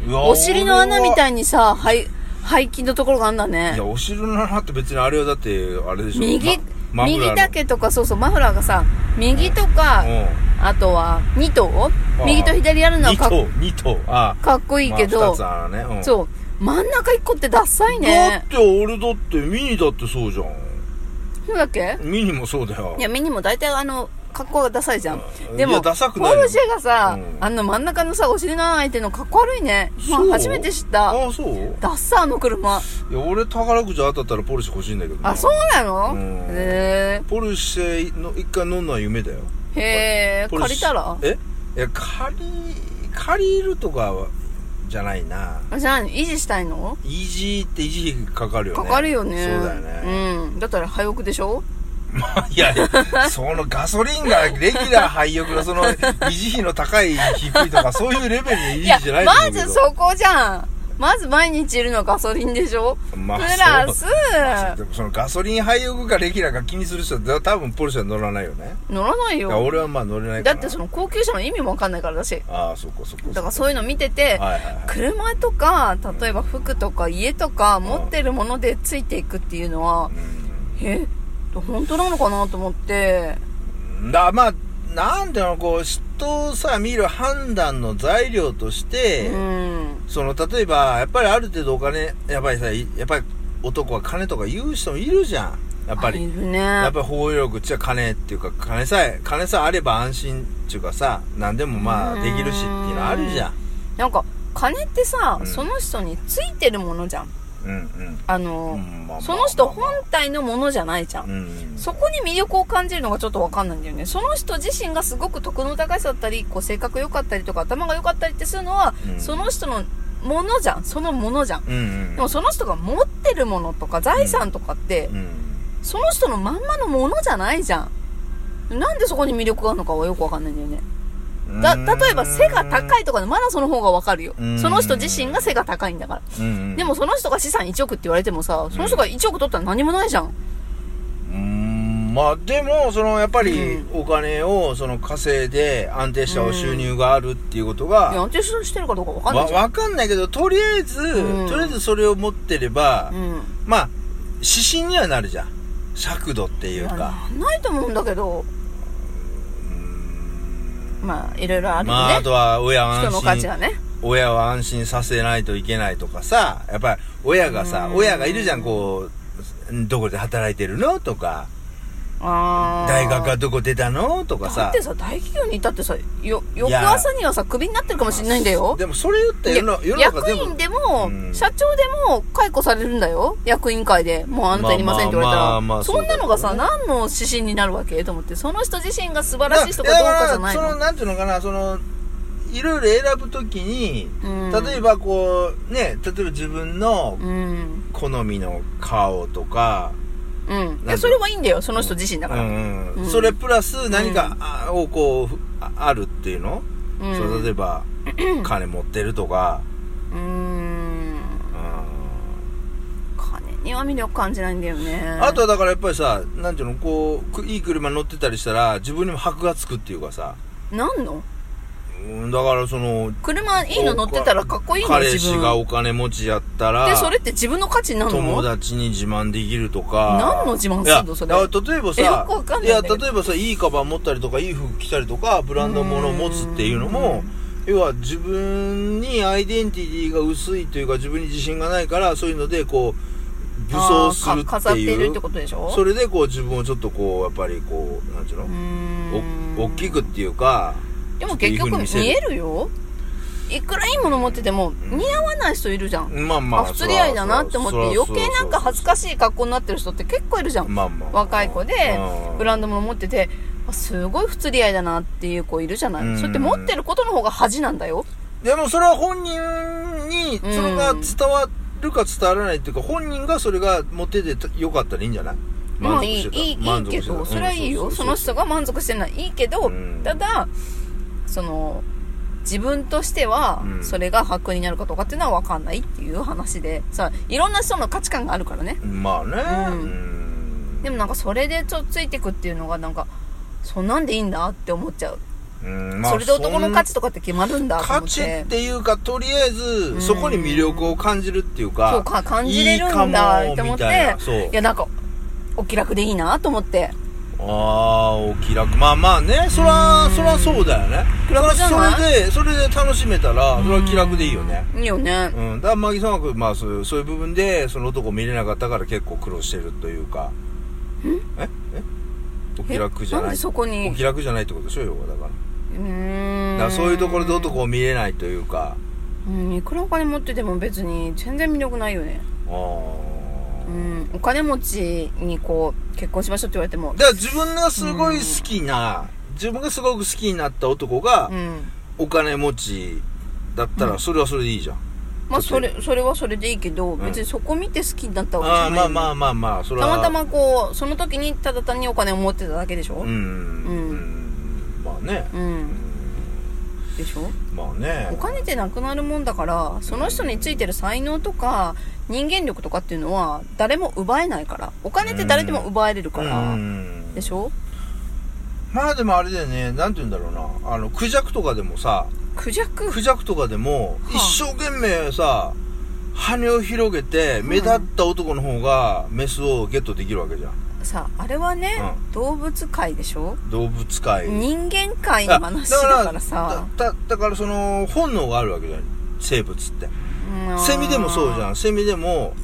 [SPEAKER 2] うわ
[SPEAKER 1] お尻の穴み
[SPEAKER 2] い
[SPEAKER 1] たいにさ肺肺筋のところがあんだね
[SPEAKER 2] やお尻の穴って別にあれはだってあれでしょ
[SPEAKER 1] 右、
[SPEAKER 2] まマフラー
[SPEAKER 1] 右
[SPEAKER 2] の
[SPEAKER 1] だけとかそうそうマフラーがさ右とか、
[SPEAKER 2] う
[SPEAKER 1] あとは2頭
[SPEAKER 2] ん
[SPEAKER 1] 右と左やるのは
[SPEAKER 2] 二
[SPEAKER 1] か
[SPEAKER 2] 頭二頭あ
[SPEAKER 1] かっこ
[SPEAKER 2] あ
[SPEAKER 1] いいけど、
[SPEAKER 2] まあ、二つあるね、うん、う
[SPEAKER 1] そう真ん中1個ってダッサい
[SPEAKER 2] だっ
[SPEAKER 1] ね
[SPEAKER 2] て俺だってミニだってそうじゃん
[SPEAKER 1] そうだっけ
[SPEAKER 2] ミニもそうだよ
[SPEAKER 1] いや目にも大体あの格好がダサいじゃん
[SPEAKER 2] うん
[SPEAKER 1] で
[SPEAKER 2] い
[SPEAKER 1] も
[SPEAKER 2] や
[SPEAKER 1] ポ
[SPEAKER 2] ダ
[SPEAKER 1] ルシ
[SPEAKER 2] サくないよ
[SPEAKER 1] ェがさ、
[SPEAKER 2] うん
[SPEAKER 1] あの真ん中のさお尻の穴開いてるのかっこ悪いね、まあ
[SPEAKER 2] そう
[SPEAKER 1] 初めて知った
[SPEAKER 2] ああそう
[SPEAKER 1] ダッサーの車
[SPEAKER 2] いや俺宝くじ当たったらポルシェ欲しいんだけどな
[SPEAKER 1] あそうなの、
[SPEAKER 2] うん
[SPEAKER 1] へ
[SPEAKER 2] ポルシェの一回飲んのは夢だよ
[SPEAKER 1] えへえ
[SPEAKER 2] ポル
[SPEAKER 1] 借
[SPEAKER 2] シェ
[SPEAKER 1] りたら
[SPEAKER 2] えいや借り借りるとかはじゃないな
[SPEAKER 1] あじゃあ維持したいの
[SPEAKER 2] 維持って維持費かかるよね
[SPEAKER 1] かかるよね
[SPEAKER 2] そうだよね、
[SPEAKER 1] うんだったら廃屋でしょ
[SPEAKER 2] いやいや、そのガソリンがレギュラー廃浴の その維持費の高い低いとかそういうレベルの維
[SPEAKER 1] いや
[SPEAKER 2] 持じゃないと思
[SPEAKER 1] ま
[SPEAKER 2] うけど
[SPEAKER 1] ずそこじゃんまず毎日いるのガソリンでしょ
[SPEAKER 2] まあ
[SPEAKER 1] プラス
[SPEAKER 2] そうでもそのガソリン廃浴かレギュラーか気にする人は多分ポルシェは乗らないよね
[SPEAKER 1] 乗らない
[SPEAKER 2] いや
[SPEAKER 1] よ
[SPEAKER 2] 俺はまあ乗れないか
[SPEAKER 1] だ
[SPEAKER 2] ら
[SPEAKER 1] ってその高級車の意味もわかんないからだし
[SPEAKER 2] ああそこそこ
[SPEAKER 1] だからそういうの見てて、
[SPEAKER 2] はいはいはい
[SPEAKER 1] 車とか例えば服とか家とか持ってるものでついていくっていうのは、え本当なのかなと思って
[SPEAKER 2] うんだからまあなんていうのこう人をさ見る判断の材料として、
[SPEAKER 1] うん
[SPEAKER 2] その例えばやっぱりある程度お金やっぱりさいやっぱり男は金とか言う人もいるじゃんやっぱり
[SPEAKER 1] いるね
[SPEAKER 2] やっぱり包容力っちゃ金っていうか金さえ金さえあれば安心っていうかさ何でもまあ
[SPEAKER 1] うん
[SPEAKER 2] できるしっていうのあるじゃん
[SPEAKER 1] なんか金ってさ、
[SPEAKER 2] うん
[SPEAKER 1] その人についてるものじゃん
[SPEAKER 2] うん
[SPEAKER 1] あ
[SPEAKER 2] うん、う
[SPEAKER 1] の、
[SPEAKER 2] んまあまあ
[SPEAKER 1] その人本体のものじゃないじゃん、
[SPEAKER 2] うん
[SPEAKER 1] そこに魅力を感じるのがちょっとわかんないんだよね。その人自身がすごく得の高さだったり、こう性格良かったりとか頭が良かったりってするのは、
[SPEAKER 2] うん
[SPEAKER 1] その人のものじゃん。そのものじゃん。
[SPEAKER 2] うんうん
[SPEAKER 1] でもその人が持ってるものとか財産とかって、
[SPEAKER 2] うん
[SPEAKER 1] その人のまんまのものじゃないじゃん。なんでそこに魅力があるのかはよくわかんないんだよね。だ、例えば背が高いとかでまだその方がわかるよ
[SPEAKER 2] うん。
[SPEAKER 1] その人自身が背が高いんだから。
[SPEAKER 2] うんうん
[SPEAKER 1] でもその人が資産1億って言われてもさ、その人が1億取ったら何もないじゃん。
[SPEAKER 2] うんまあでもそのやっぱり
[SPEAKER 1] う
[SPEAKER 2] お金をその稼いで安定したお収入があるっていうことが、
[SPEAKER 1] いや、安定してるかどうかわか
[SPEAKER 2] わ
[SPEAKER 1] んないじゃん。
[SPEAKER 2] わかんないけどとりあえず、
[SPEAKER 1] うん
[SPEAKER 2] とりあえずそれを持ってれば、
[SPEAKER 1] うん。
[SPEAKER 2] まあ指針にはなるじゃん尺度っていう
[SPEAKER 1] いや
[SPEAKER 2] か
[SPEAKER 1] なんないと思うんだけどまあいろいろあるよね,、
[SPEAKER 2] まああとは親を
[SPEAKER 1] 人の価
[SPEAKER 2] 安
[SPEAKER 1] 値
[SPEAKER 2] 心
[SPEAKER 1] がね
[SPEAKER 2] 親を安心させないといけないとかさやっぱり親がさ
[SPEAKER 1] うん
[SPEAKER 2] 親がいるじゃんこうんどこで働いてるのとか
[SPEAKER 1] あー
[SPEAKER 2] 大学はどこ出たのとか
[SPEAKER 1] だ
[SPEAKER 2] さ
[SPEAKER 1] ってさ大企業にいたってさよ翌
[SPEAKER 2] いや
[SPEAKER 1] 朝にはさクビになってるかもしれないんだよ
[SPEAKER 2] でもそれ言って世の
[SPEAKER 1] いや
[SPEAKER 2] 世の中
[SPEAKER 1] 役
[SPEAKER 2] 全部
[SPEAKER 1] 員でも、
[SPEAKER 2] うん
[SPEAKER 1] 社長でも解雇されるんだよ役員会でもうあなたいりませんって言われたら、
[SPEAKER 2] まあまあまあまあ
[SPEAKER 1] そんなのがさ、
[SPEAKER 2] そうだ
[SPEAKER 1] 何の指針になるわけと思ってその人自身が素晴
[SPEAKER 2] だ
[SPEAKER 1] らしい人かどうかじゃない
[SPEAKER 2] だからその
[SPEAKER 1] の
[SPEAKER 2] なんていうのかなそのいろいろ選ぶときに、
[SPEAKER 1] うん
[SPEAKER 2] 例えばこうね例えば自分の
[SPEAKER 1] うん
[SPEAKER 2] 好みの顔とか、
[SPEAKER 1] うんい
[SPEAKER 2] なん
[SPEAKER 1] や
[SPEAKER 2] か
[SPEAKER 1] それはいいんだよその人自身だ
[SPEAKER 2] う
[SPEAKER 1] から、うん
[SPEAKER 2] んう
[SPEAKER 1] う
[SPEAKER 2] ん
[SPEAKER 1] ん
[SPEAKER 2] それプラス何かあをこうふああるっていうの、それ例 えば金持ってるとか、
[SPEAKER 1] うん
[SPEAKER 2] うん
[SPEAKER 1] 金には魅力感じないんだよね
[SPEAKER 2] あとはだからやっぱりさなんていうのこうくいい車乗ってたりしたら自分にも箔がつくっていうかさ、
[SPEAKER 1] 何の
[SPEAKER 2] うん、だからその
[SPEAKER 1] 車いいの乗ってたらかっこいいの
[SPEAKER 2] 彼
[SPEAKER 1] 自
[SPEAKER 2] 氏
[SPEAKER 1] 分
[SPEAKER 2] がお金持ちやったら
[SPEAKER 1] でそれって自分の価値になる
[SPEAKER 2] 友
[SPEAKER 1] の
[SPEAKER 2] 達に自慢できるとか
[SPEAKER 1] 何の自慢すんの
[SPEAKER 2] いや
[SPEAKER 1] それ
[SPEAKER 2] だから例えばさ
[SPEAKER 1] えよくわかんないんだ
[SPEAKER 2] や
[SPEAKER 1] けど
[SPEAKER 2] 例えばさいいカバン持ったりとかいい服着たりとかブランド物を持つっていうのも要は自分にアイデンティティが薄いというか自分に自信がないからそういうのでこう武装する
[SPEAKER 1] あーか飾っ
[SPEAKER 2] って
[SPEAKER 1] て
[SPEAKER 2] い
[SPEAKER 1] る
[SPEAKER 2] う
[SPEAKER 1] ってことでしょ
[SPEAKER 2] それでこう自分をちょっとこうやっぱりこうなんていう
[SPEAKER 1] うー
[SPEAKER 2] の
[SPEAKER 1] ん
[SPEAKER 2] お大きくっていうか
[SPEAKER 1] でも結
[SPEAKER 2] ちょっといい風
[SPEAKER 1] 局
[SPEAKER 2] に見せる
[SPEAKER 1] 見えるよいくらいいもの持ってても似合わない人いるじゃん、
[SPEAKER 2] まあまあ
[SPEAKER 1] あ不釣り合いだなって思って余計なんか恥ずか
[SPEAKER 2] しい
[SPEAKER 1] しい格好になってる人って結構いるじゃん
[SPEAKER 2] まあまあ
[SPEAKER 1] 若い子で
[SPEAKER 2] うん
[SPEAKER 1] ブランド物持っててあすごい不釣り合いだなっていう子いるじゃない、
[SPEAKER 2] うん
[SPEAKER 1] それって持ってることの方が恥なんだよ
[SPEAKER 2] でもそれは本人にそれが伝わるか伝わらないっていうか、本人がそれがモテてよかったらいいんじゃない
[SPEAKER 1] ま
[SPEAKER 2] 満
[SPEAKER 1] あ
[SPEAKER 2] 足
[SPEAKER 1] いいい
[SPEAKER 2] してた
[SPEAKER 1] いいい
[SPEAKER 2] 満足
[SPEAKER 1] け
[SPEAKER 2] してた
[SPEAKER 1] どそれはいいよ、
[SPEAKER 2] うん
[SPEAKER 1] そうの
[SPEAKER 2] うそ
[SPEAKER 1] 人
[SPEAKER 2] う
[SPEAKER 1] が満足してるのはいいけど、
[SPEAKER 2] うん
[SPEAKER 1] ただその自分としては
[SPEAKER 2] うん
[SPEAKER 1] それが白になるかとかっていうのは分かんないっていう話でさいろんな人の価値観があるからね
[SPEAKER 2] まあね
[SPEAKER 1] う
[SPEAKER 2] うんん
[SPEAKER 1] でもなんかそれでちょっとついてくっていうのがなんかそんなんでいいんだって思っちゃう、
[SPEAKER 2] うんまあ
[SPEAKER 1] それで男の価値
[SPEAKER 2] そ
[SPEAKER 1] とかって決まるんだ
[SPEAKER 2] ん
[SPEAKER 1] と思っ
[SPEAKER 2] 価
[SPEAKER 1] て
[SPEAKER 2] 値っていうかとりあえずそこに魅力を感じるっていうか
[SPEAKER 1] そうか感じれるんだって思って
[SPEAKER 2] いいかもみたいなそう
[SPEAKER 1] いやなんかお気楽でいいなと思って
[SPEAKER 2] ああお気楽まあまあねそらそらそうだよね
[SPEAKER 1] 気楽じゃない
[SPEAKER 2] それでそれで楽しめたらそれは気楽でいいよね、
[SPEAKER 1] いいよね
[SPEAKER 2] うん、だからマギさんは、まあ、そういうそういう部分でその男を見れなかったから結構苦労してるというかええお気楽じゃ
[SPEAKER 1] えな
[SPEAKER 2] なんい
[SPEAKER 1] でそこに
[SPEAKER 2] お気楽じゃないってことでしょ要はだから
[SPEAKER 1] うーん
[SPEAKER 2] だからそういうところで男を見れないというか
[SPEAKER 1] うんいくらお金持ってても別に全然魅力ないよね
[SPEAKER 2] あ
[SPEAKER 1] う
[SPEAKER 2] ー
[SPEAKER 1] んお金持ちにこう結婚しましょうって言われても
[SPEAKER 2] だから自分がすごい好きな自分がすごく好きになった男が
[SPEAKER 1] うん
[SPEAKER 2] お金持ちだったらそれはそれでいいじゃん、
[SPEAKER 1] まあ
[SPEAKER 2] ちょ
[SPEAKER 1] そ
[SPEAKER 2] っと
[SPEAKER 1] れそれはそれでいいけど
[SPEAKER 2] ん
[SPEAKER 1] 別にそこ見て好きになったわけじ
[SPEAKER 2] あ
[SPEAKER 1] ゃ
[SPEAKER 2] あ
[SPEAKER 1] ない
[SPEAKER 2] まあまあまあまあそれ
[SPEAKER 1] た
[SPEAKER 2] は
[SPEAKER 1] またまこうその時にただ単にお金を持ってただけでしょ
[SPEAKER 2] うん、うん、まあね
[SPEAKER 1] うん、でしょ
[SPEAKER 2] まあね
[SPEAKER 1] お金ってなくなるもんだからその人についてる才能とか人間力とかっていうのは誰も奪えないからお金って誰でも奪えれるから、
[SPEAKER 2] うん
[SPEAKER 1] でしょ
[SPEAKER 2] まあでもあれだよねなんて言うんだろうなあのクジャクとかでもさ
[SPEAKER 1] クジャク
[SPEAKER 2] クジャクとかでも
[SPEAKER 1] はあ
[SPEAKER 2] 一生懸命さ羽を広げて目立った男の方がメスをゲットできるわけじゃん
[SPEAKER 1] さあれはね、動物界でしょ
[SPEAKER 2] 動物界
[SPEAKER 1] 人間界の話だからさ
[SPEAKER 2] だだだからその本能があるわけじゃん生物って
[SPEAKER 1] うん
[SPEAKER 2] セミでもそうじゃんセミでも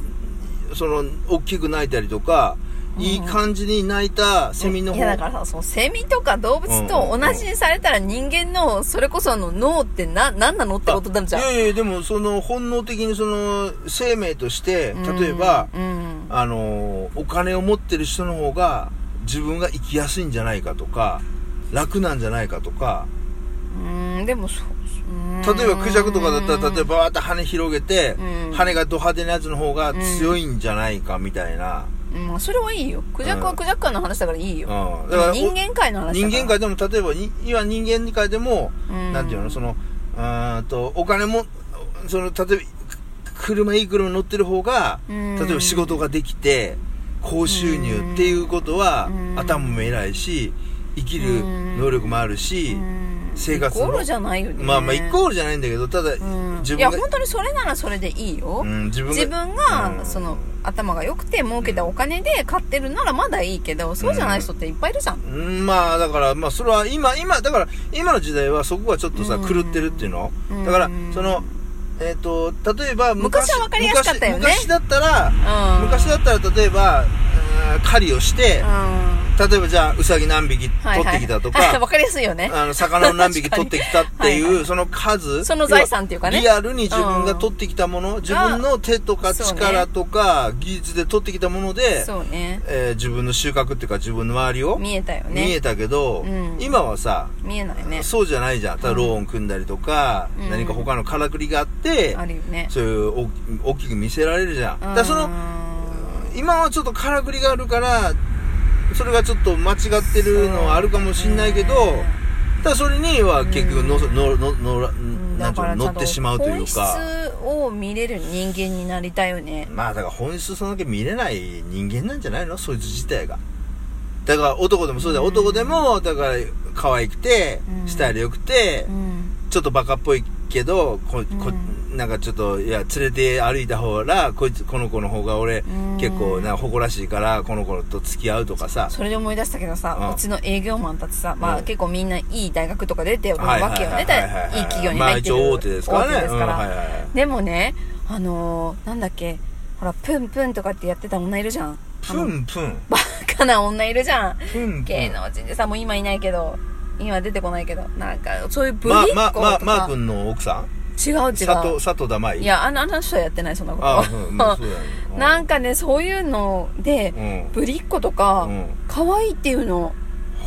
[SPEAKER 2] その大きく鳴いたりとかいい感じに鳴いたセミの
[SPEAKER 1] い
[SPEAKER 2] 方
[SPEAKER 1] やだからさそのセミとか動物と同じにされたら人間のそれこそあの脳ってな何なのってことになるじゃん
[SPEAKER 2] いやいやでもその本能的にその生命として例えば、
[SPEAKER 1] うんうん
[SPEAKER 2] あのお金を持ってる人の方が自分が生きやすいんじゃないかとか楽なんじゃないかとか
[SPEAKER 1] うんでもそううん
[SPEAKER 2] 例えばクジャクとかだったら例えばバーって羽広げて、
[SPEAKER 1] うん
[SPEAKER 2] 羽がド派手なやつの方が強いんじゃないかみたいな、
[SPEAKER 1] うんまあそれはいいよクジャクはクジャク界の話だからいいよ、
[SPEAKER 2] うんだから
[SPEAKER 1] 人間界の話だから
[SPEAKER 2] 人間界でも例えばに今人間界でも、
[SPEAKER 1] うん
[SPEAKER 2] なんていうのそのうーんとお金もその例えばく車いい車乗ってる方が、
[SPEAKER 1] うん
[SPEAKER 2] 例えば仕事ができて高収入っていうことは、
[SPEAKER 1] うん
[SPEAKER 2] 頭も偉いし生きる能力もあるし、
[SPEAKER 1] うん
[SPEAKER 2] 生活
[SPEAKER 1] イ
[SPEAKER 2] の
[SPEAKER 1] コールじゃないよね
[SPEAKER 2] まあまあイコールじゃないんだけどただ、
[SPEAKER 1] うん
[SPEAKER 2] 自
[SPEAKER 1] いや
[SPEAKER 2] 分が
[SPEAKER 1] 本当にそれならそれでいいよ、
[SPEAKER 2] うん自分が
[SPEAKER 1] 自分が、
[SPEAKER 2] うん
[SPEAKER 1] その頭が良くて儲けたお金で買ってるならまだいいけどそうじゃない人っていっぱいいるじゃん、
[SPEAKER 2] うんまあだからまあそれは今今だから今の時代はそこがちょっとさ、
[SPEAKER 1] うん
[SPEAKER 2] 狂ってるっていうの、
[SPEAKER 1] うん
[SPEAKER 2] だからそのえっ、と例えば
[SPEAKER 1] 昔は分かりやすかったよね
[SPEAKER 2] 昔昔だったら、
[SPEAKER 1] うん、
[SPEAKER 2] 昔だったら例えば、うん狩りをして
[SPEAKER 1] うん、は
[SPEAKER 2] 例えばじゃあウサギ何匹
[SPEAKER 1] い
[SPEAKER 2] 取
[SPEAKER 1] は
[SPEAKER 2] って
[SPEAKER 1] い
[SPEAKER 2] きたと
[SPEAKER 1] あ
[SPEAKER 2] か
[SPEAKER 1] わかりやすいよね
[SPEAKER 2] あの魚を何 匹
[SPEAKER 1] 確かに
[SPEAKER 2] 取ってきたっていう
[SPEAKER 1] はいは
[SPEAKER 2] その数
[SPEAKER 1] その財産っていうかね
[SPEAKER 2] リアルに自分が取ってきたもの、自分の手とか
[SPEAKER 1] そうね
[SPEAKER 2] 力とか技術で取ってきたもので、
[SPEAKER 1] そうね
[SPEAKER 2] えー自分の収穫っていうか自分の周りを
[SPEAKER 1] 見えたよね
[SPEAKER 2] 見えたけど、
[SPEAKER 1] うん
[SPEAKER 2] 今はさ
[SPEAKER 1] 見えないね
[SPEAKER 2] そうじゃないじゃんただローン組んだりとか、
[SPEAKER 1] うん
[SPEAKER 2] 何か他のからくりがあって、
[SPEAKER 1] あるよね
[SPEAKER 2] そういう大大きく見せられるじゃん、だからその
[SPEAKER 1] うん
[SPEAKER 2] 今はちょっとからくりがあるからそれがちょっと間違ってるのはあるかもしんないけど、ただそれには結局の、ののののなんていうの乗ってしまうというか
[SPEAKER 1] 本質を見れる人間になりたいよね
[SPEAKER 2] まあだから本質そのだけ見れない人間なんじゃないのそいつ自体がだから男でもそうだよ、
[SPEAKER 1] うん
[SPEAKER 2] 男でもだから可愛くて、
[SPEAKER 1] うん
[SPEAKER 2] スタイル良くて、
[SPEAKER 1] うん
[SPEAKER 2] ちょっとバカっぽいけどここ、なんかちょっといや連れて歩いた方らこいつこの子の方が俺、
[SPEAKER 1] ん
[SPEAKER 2] 結構なんか誇らしいからこの子と付き合うとかさ
[SPEAKER 1] それで思い出したけどさ、
[SPEAKER 2] う
[SPEAKER 1] うんちの営業マンたちさ、ま
[SPEAKER 2] う
[SPEAKER 1] あ
[SPEAKER 2] ん
[SPEAKER 1] 結構みんないい大学とか出てるわけよね、
[SPEAKER 2] はいいはい
[SPEAKER 1] い
[SPEAKER 2] はいはい
[SPEAKER 1] い企業に入ってる、
[SPEAKER 2] まあ一応大手ですからね
[SPEAKER 1] 大手ですから
[SPEAKER 2] うんはいはいは
[SPEAKER 1] でもね、あのーなんだっけ、ほら、プンプンとかってやってた女いるじゃん。あ
[SPEAKER 2] プ
[SPEAKER 1] の
[SPEAKER 2] ンプン
[SPEAKER 1] バカな女いるじゃん。
[SPEAKER 2] プンプ
[SPEAKER 1] 芸
[SPEAKER 2] ン
[SPEAKER 1] 能人でさ、もう今いないけど、今出てこないけど、なんか、そういうぶりっ
[SPEAKER 2] ま
[SPEAKER 1] 子とか、
[SPEAKER 2] ままマー君の奥さ
[SPEAKER 1] 違う違
[SPEAKER 2] ん佐藤
[SPEAKER 1] う。
[SPEAKER 2] 佐藤だまい
[SPEAKER 1] いや、あの、あの人はやってない、そんなこと
[SPEAKER 2] あ
[SPEAKER 1] は。
[SPEAKER 2] あ、うん、まあそうだよね う
[SPEAKER 1] なんかね、そういうので
[SPEAKER 2] う、ん
[SPEAKER 1] ぶりっ子とか
[SPEAKER 2] う、ん
[SPEAKER 1] 可愛いっていうの。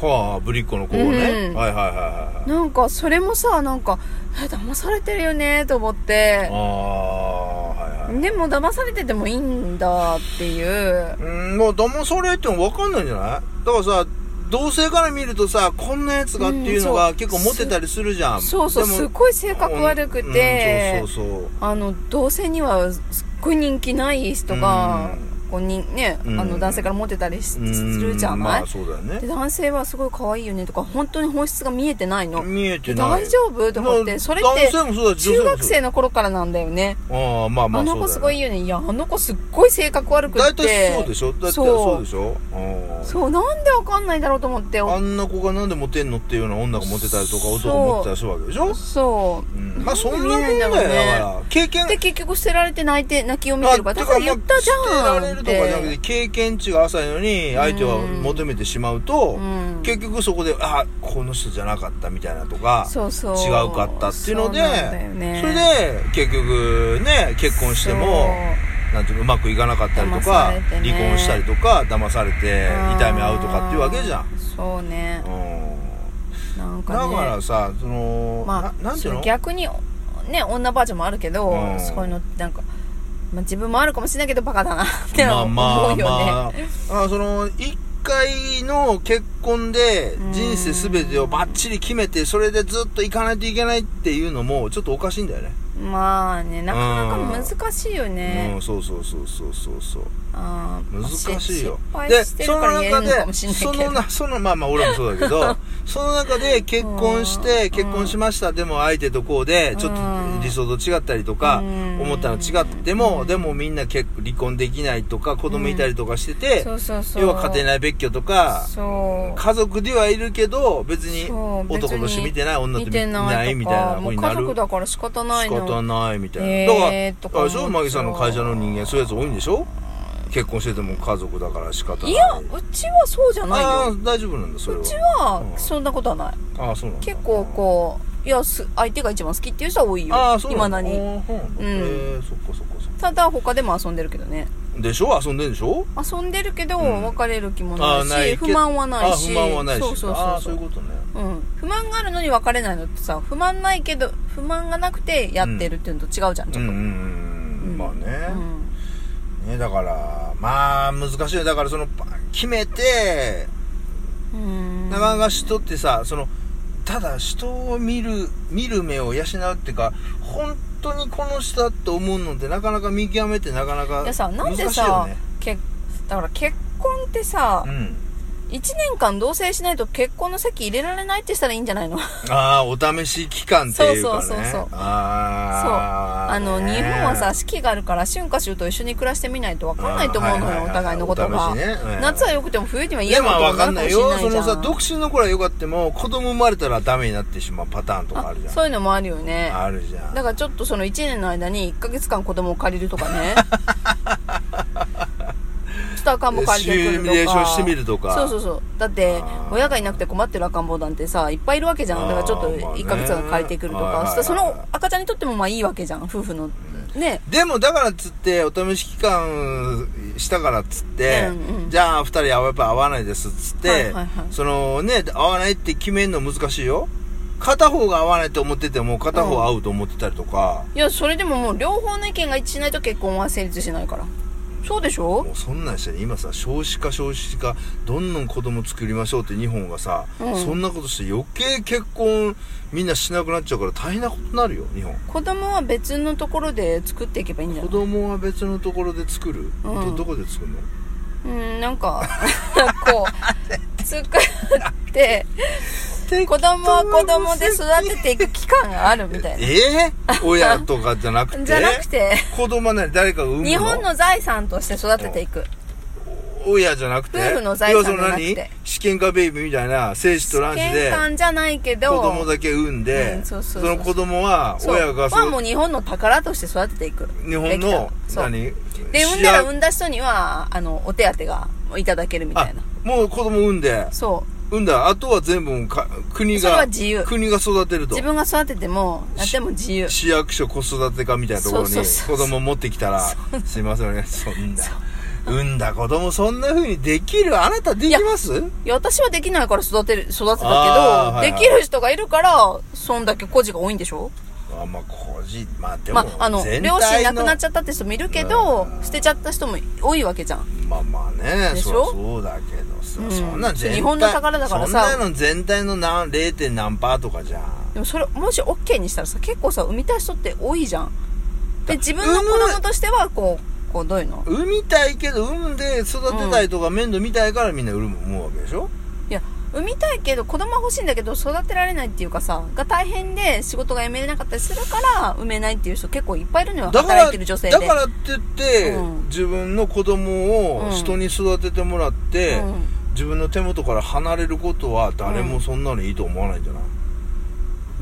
[SPEAKER 2] はあぶりっ子の子をね、
[SPEAKER 1] うん
[SPEAKER 2] はいはいはいはい
[SPEAKER 1] なんかそれもさなんかえ騙されてるよねと思って
[SPEAKER 2] ああはいはい
[SPEAKER 1] でも騙されててもいいんだっていう
[SPEAKER 2] うんもう騙されても分かんないんじゃないだからさ同性から見るとさこんなやつがっていうの
[SPEAKER 1] う
[SPEAKER 2] が
[SPEAKER 1] ん
[SPEAKER 2] 結構モテたりするじゃん
[SPEAKER 1] そうそう
[SPEAKER 2] でも
[SPEAKER 1] すごい性格悪くて、
[SPEAKER 2] うん、そうそうそう
[SPEAKER 1] あの同性にはすっごい人気ない人が
[SPEAKER 2] う
[SPEAKER 1] こうにね、
[SPEAKER 2] うん
[SPEAKER 1] あの男性からモテたりしす
[SPEAKER 2] うん
[SPEAKER 1] るじゃない、
[SPEAKER 2] まあそうだよ
[SPEAKER 1] で
[SPEAKER 2] ね
[SPEAKER 1] 男性はすごい可愛いよねとか本当に本質が見えてないの
[SPEAKER 2] 見えてない
[SPEAKER 1] 大丈夫と思っ
[SPEAKER 2] まあ
[SPEAKER 1] てそれって
[SPEAKER 2] 男性もそうだ
[SPEAKER 1] 中学生
[SPEAKER 2] の
[SPEAKER 1] の頃からなんだよね
[SPEAKER 2] ああまあま
[SPEAKER 1] あ
[SPEAKER 2] あ
[SPEAKER 1] の子すごいいいよねいやあの子すっごい性格悪くって
[SPEAKER 2] 大体そうでしょだってそうでしょう
[SPEAKER 1] そうなんでわかんないだろうと思って
[SPEAKER 2] んあんな子がなんでモテんのっていうような女がモテたりとか
[SPEAKER 1] そう
[SPEAKER 2] 男がモテたりするわけでしょ
[SPEAKER 1] そう
[SPEAKER 2] うんまあそんなもんだ
[SPEAKER 1] 見え
[SPEAKER 2] よ、
[SPEAKER 1] ないんだろうね
[SPEAKER 2] だから経験
[SPEAKER 1] で結局捨てられて泣いて泣きを見てるからだ
[SPEAKER 2] だ
[SPEAKER 1] か
[SPEAKER 2] からら
[SPEAKER 1] 言ったじゃん
[SPEAKER 2] 捨
[SPEAKER 1] って
[SPEAKER 2] られるとかじゃなくて経験値が浅いのに相手は
[SPEAKER 1] うん
[SPEAKER 2] 求めてしまうと、
[SPEAKER 1] うん
[SPEAKER 2] 結局そこであこの人じゃなかったみたいなとか
[SPEAKER 1] そうそう
[SPEAKER 2] 違うかったっていうので
[SPEAKER 1] そうなんだよね
[SPEAKER 2] それで結局ね結婚してもなんていうのうまくいかなかったりと
[SPEAKER 1] 騙
[SPEAKER 2] か、
[SPEAKER 1] されてね
[SPEAKER 2] 離婚したりとか騙されて
[SPEAKER 1] そう
[SPEAKER 2] 痛い目合うとかっていうわけじゃん。
[SPEAKER 1] そうね
[SPEAKER 2] うん
[SPEAKER 1] なん
[SPEAKER 2] だ
[SPEAKER 1] かね
[SPEAKER 2] からさその、
[SPEAKER 1] まあ
[SPEAKER 2] ななんていう
[SPEAKER 1] そ
[SPEAKER 2] の
[SPEAKER 1] う逆にね女バージョンもあるけど、
[SPEAKER 2] うん
[SPEAKER 1] そういうのってなんか、まあ、自分もあるかもしれないけどバカだなっての
[SPEAKER 2] ま
[SPEAKER 1] は
[SPEAKER 2] あ
[SPEAKER 1] 思
[SPEAKER 2] まあ
[SPEAKER 1] うよね、
[SPEAKER 2] まああその一回の結婚で人生すべてをバッチリ決めてそれでずっと行かないといけないっていうのもちょっとおかしいんだよね
[SPEAKER 1] まあねなかなか難しいよね
[SPEAKER 2] う、んそうそうそうそうそうそう
[SPEAKER 1] あーまあ
[SPEAKER 2] 難しい
[SPEAKER 1] 失
[SPEAKER 2] よ
[SPEAKER 1] 敗
[SPEAKER 2] で
[SPEAKER 1] してる
[SPEAKER 2] そ
[SPEAKER 1] か
[SPEAKER 2] の
[SPEAKER 1] ら言える
[SPEAKER 2] 中
[SPEAKER 1] のかも
[SPEAKER 2] で
[SPEAKER 1] しれないけ
[SPEAKER 2] そ
[SPEAKER 1] ど
[SPEAKER 2] のなそのまあまあ俺もそう だけどその中で結婚し
[SPEAKER 1] うん
[SPEAKER 2] て結婚しましたでも相手とこうでちょっと
[SPEAKER 1] うん
[SPEAKER 2] 理想と違ったりとか
[SPEAKER 1] うん
[SPEAKER 2] 思ったの違ってもでもみんな結離婚できないとか子供いたりとかしてて
[SPEAKER 1] そうそうそう
[SPEAKER 2] 要は家庭内別居とか
[SPEAKER 1] そう
[SPEAKER 2] 家族ではいるけど別に
[SPEAKER 1] そう
[SPEAKER 2] 男として見てない女と
[SPEAKER 1] 見
[SPEAKER 2] 見
[SPEAKER 1] て
[SPEAKER 2] て
[SPEAKER 1] な
[SPEAKER 2] ないい
[SPEAKER 1] と
[SPEAKER 2] み
[SPEAKER 1] か
[SPEAKER 2] たいな
[SPEAKER 1] も
[SPEAKER 2] 子
[SPEAKER 1] う
[SPEAKER 2] にな
[SPEAKER 1] 家
[SPEAKER 2] る
[SPEAKER 1] 族だから仕方ない
[SPEAKER 2] 仕
[SPEAKER 1] の
[SPEAKER 2] 方ないみたいな
[SPEAKER 1] えーと
[SPEAKER 2] だか
[SPEAKER 1] から
[SPEAKER 2] あ
[SPEAKER 1] 思
[SPEAKER 2] れ
[SPEAKER 1] っ
[SPEAKER 2] で
[SPEAKER 1] ちゃう
[SPEAKER 2] しょマギさんの会社の人間そういうやつ多いんでしょ結婚してても家族だから仕方ない
[SPEAKER 1] いやうちはそうじゃない
[SPEAKER 2] ああ
[SPEAKER 1] よ
[SPEAKER 2] ー大丈夫なんだそれ
[SPEAKER 1] う
[SPEAKER 2] は
[SPEAKER 1] ちは
[SPEAKER 2] うん
[SPEAKER 1] そんなことはない
[SPEAKER 2] ああそうなんだ
[SPEAKER 1] 結構こういやす相手が一番好きっていう人は多いよ
[SPEAKER 2] ああそう
[SPEAKER 1] いま
[SPEAKER 2] なん
[SPEAKER 1] だ
[SPEAKER 2] だ
[SPEAKER 1] に
[SPEAKER 2] あーそうなん
[SPEAKER 1] う
[SPEAKER 2] だ
[SPEAKER 1] ん
[SPEAKER 2] へえそっかそっかそった
[SPEAKER 1] だ他でも遊んでるけどね
[SPEAKER 2] かでしょ遊んでんでしょ
[SPEAKER 1] 遊んでるけど
[SPEAKER 2] うん
[SPEAKER 1] 別れる気も
[SPEAKER 2] あ
[SPEAKER 1] な
[SPEAKER 2] あ
[SPEAKER 1] いし、
[SPEAKER 2] ないけ
[SPEAKER 1] 不満はないし
[SPEAKER 2] あ不満はないし
[SPEAKER 1] そうそう
[SPEAKER 2] あ
[SPEAKER 1] そ
[SPEAKER 2] あ
[SPEAKER 1] うそ
[SPEAKER 2] そうういうことね
[SPEAKER 1] うん、不満があるのに別れないのってさ不満ないけど不満がなくてやってるっていうのと違うじゃん、
[SPEAKER 2] う
[SPEAKER 1] ちょ
[SPEAKER 2] んう
[SPEAKER 1] っ
[SPEAKER 2] ん
[SPEAKER 1] と、
[SPEAKER 2] うんうんまあね、
[SPEAKER 1] うん
[SPEAKER 2] ねだからまあ難しいよだからそのパ決めて
[SPEAKER 1] うん
[SPEAKER 2] なかなか人ってさそのただ人を見る見る目を養うっていうか本当にこの人だと思うのってなかなか見極めてなかなか
[SPEAKER 1] い
[SPEAKER 2] 難
[SPEAKER 1] や
[SPEAKER 2] し
[SPEAKER 1] さなん
[SPEAKER 2] い
[SPEAKER 1] で
[SPEAKER 2] よ
[SPEAKER 1] さ
[SPEAKER 2] ね
[SPEAKER 1] けだから結婚ってさ、
[SPEAKER 2] うん、
[SPEAKER 1] 一1年間同棲しないと結婚の席入れられないってしたらいいんじゃないの
[SPEAKER 2] ああお試し期間っていうか
[SPEAKER 1] そ
[SPEAKER 2] ね
[SPEAKER 1] うそうそうそう
[SPEAKER 2] あ
[SPEAKER 1] あ
[SPEAKER 2] あ
[SPEAKER 1] の日本はさ四季があるから春夏秋冬一緒に暮らしてみないと分かんないと思うのよお互いのことが、夏は
[SPEAKER 2] よ
[SPEAKER 1] 良くても冬には
[SPEAKER 2] で
[SPEAKER 1] 嫌
[SPEAKER 2] も
[SPEAKER 1] なこと
[SPEAKER 2] わ
[SPEAKER 1] に
[SPEAKER 2] か
[SPEAKER 1] なる
[SPEAKER 2] ん
[SPEAKER 1] か
[SPEAKER 2] な
[SPEAKER 1] も
[SPEAKER 2] い
[SPEAKER 1] しれ
[SPEAKER 2] よ
[SPEAKER 1] ないじ
[SPEAKER 2] そ
[SPEAKER 1] ゃん
[SPEAKER 2] のさ独身の頃は良かっても子供生まれたらダメになってしまうパターンとかあるじゃん
[SPEAKER 1] あそういうのもあるよね
[SPEAKER 2] あるじゃん
[SPEAKER 1] だからちょっとその1年の間に1ヶ月間子供を借りるとか ねちょっと赤ん坊借りてくるとか
[SPEAKER 2] シミュレーションしてみるとか
[SPEAKER 1] そうそうそうだって
[SPEAKER 2] あー
[SPEAKER 1] 親がいなくて困ってる赤ん坊なんてさいっぱいいるわけじゃんだからちょっと
[SPEAKER 2] あーまあね
[SPEAKER 1] 1ヶ月間借りてくると
[SPEAKER 2] はいはい
[SPEAKER 1] か
[SPEAKER 2] はい
[SPEAKER 1] そしたらその赤ちゃんにとってもまあいいわけじゃん夫婦のね
[SPEAKER 2] でもだからっつってお試し期間したからっつって、
[SPEAKER 1] うんうん
[SPEAKER 2] じゃあ2人はやっぱ合わないですっつって、
[SPEAKER 1] はいはいはい
[SPEAKER 2] そのね合わないって決めるの難しいよ片方が合わないと思ってても片方合うと思ってたりとか、
[SPEAKER 1] いやそれでももう両方の意見が一致しないと結婚は成立しないからそうでしょ
[SPEAKER 2] もうそんなんしたら今さ少子化少子化どんどん子供作りましょうって日本がさ、
[SPEAKER 1] うん
[SPEAKER 2] そんなことして余計結婚みんなしなくなっちゃうから大変なことになるよ日本
[SPEAKER 1] 子供は別のところで作っていけばいいんじゃな
[SPEAKER 2] 子
[SPEAKER 1] い
[SPEAKER 2] 供は別のところで作る、
[SPEAKER 1] うん
[SPEAKER 2] どどこで作るの
[SPEAKER 1] うんなんか こう作って子供は子供で育てていく期間があるみたいな
[SPEAKER 2] えー、親とかじゃなくて
[SPEAKER 1] じゃなくて
[SPEAKER 2] 子供は何誰かが産むの
[SPEAKER 1] 日本の財産として育てていく
[SPEAKER 2] 親じゃなくて
[SPEAKER 1] 夫婦の財産じゃなくて
[SPEAKER 2] 要するに何試験家ベイビーみたいな精子と卵子
[SPEAKER 1] 玄
[SPEAKER 2] で
[SPEAKER 1] 関じゃないけ
[SPEAKER 2] 子
[SPEAKER 1] ど
[SPEAKER 2] 供だけ産んで、
[SPEAKER 1] うんそうそうそう
[SPEAKER 2] の子供は
[SPEAKER 1] そう
[SPEAKER 2] 親が
[SPEAKER 1] はも
[SPEAKER 2] そう
[SPEAKER 1] 日本の宝として育てていく
[SPEAKER 2] 日本
[SPEAKER 1] できた
[SPEAKER 2] の
[SPEAKER 1] らそう
[SPEAKER 2] 何
[SPEAKER 1] で
[SPEAKER 2] 幸
[SPEAKER 1] 産んだら産んだ人にはあのお手当がいただけるみた
[SPEAKER 2] あ
[SPEAKER 1] いな
[SPEAKER 2] もう子供産んで
[SPEAKER 1] そう
[SPEAKER 2] 産んだらあとは全部もうか国
[SPEAKER 1] それ
[SPEAKER 2] が
[SPEAKER 1] は自由
[SPEAKER 2] 国が育てると
[SPEAKER 1] 自分が育ててもやっても自由
[SPEAKER 2] 市役所子育て課みたいなところに
[SPEAKER 1] そうそうそう
[SPEAKER 2] 子供持ってきたらすいませんねそんな産んだ子供そんな風にできるあなたできます
[SPEAKER 1] いや私はできないから育てる育てたけど、
[SPEAKER 2] あーはいはい
[SPEAKER 1] できる人がいるからそんだけ孤児が多いんでしょ
[SPEAKER 2] あまあ個人まあでも
[SPEAKER 1] まあ、あの
[SPEAKER 2] 全体
[SPEAKER 1] 両親亡くなっち
[SPEAKER 2] ゃ
[SPEAKER 1] ゃったって人もいるけど
[SPEAKER 2] うん
[SPEAKER 1] 捨てちゃった人も多いわけじゃん
[SPEAKER 2] まあまあね
[SPEAKER 1] でし
[SPEAKER 2] そ
[SPEAKER 1] ょ
[SPEAKER 2] うそうだけどさ、
[SPEAKER 1] うん
[SPEAKER 2] そんなん全体
[SPEAKER 1] 日本の宝だからさ
[SPEAKER 2] そんなの全体の何 0. 点何パーとかじゃん
[SPEAKER 1] でもそれもし OK にしたらさ結構さ産みたい人って多いじゃんで
[SPEAKER 2] だ
[SPEAKER 1] 自分の子供としてはこうこうどういうの
[SPEAKER 2] 産みたいけど産んで育てたいとか面倒見たいからみんな産む思うわけでしょ、
[SPEAKER 1] いや産みたいけど子供は欲しいんだけど育てられないっていうかさが大変で仕事が辞めれなかったりするから産めないっていう人結構いっぱいいるのよ
[SPEAKER 2] だから
[SPEAKER 1] 働いてる女性で
[SPEAKER 2] だからって言って、
[SPEAKER 1] うん
[SPEAKER 2] 自分の子供
[SPEAKER 1] う
[SPEAKER 2] を
[SPEAKER 1] ん
[SPEAKER 2] 人に育ててもらって、
[SPEAKER 1] うん
[SPEAKER 2] 自分の手元から離れることは誰もそんなのいいと思わないんじゃない、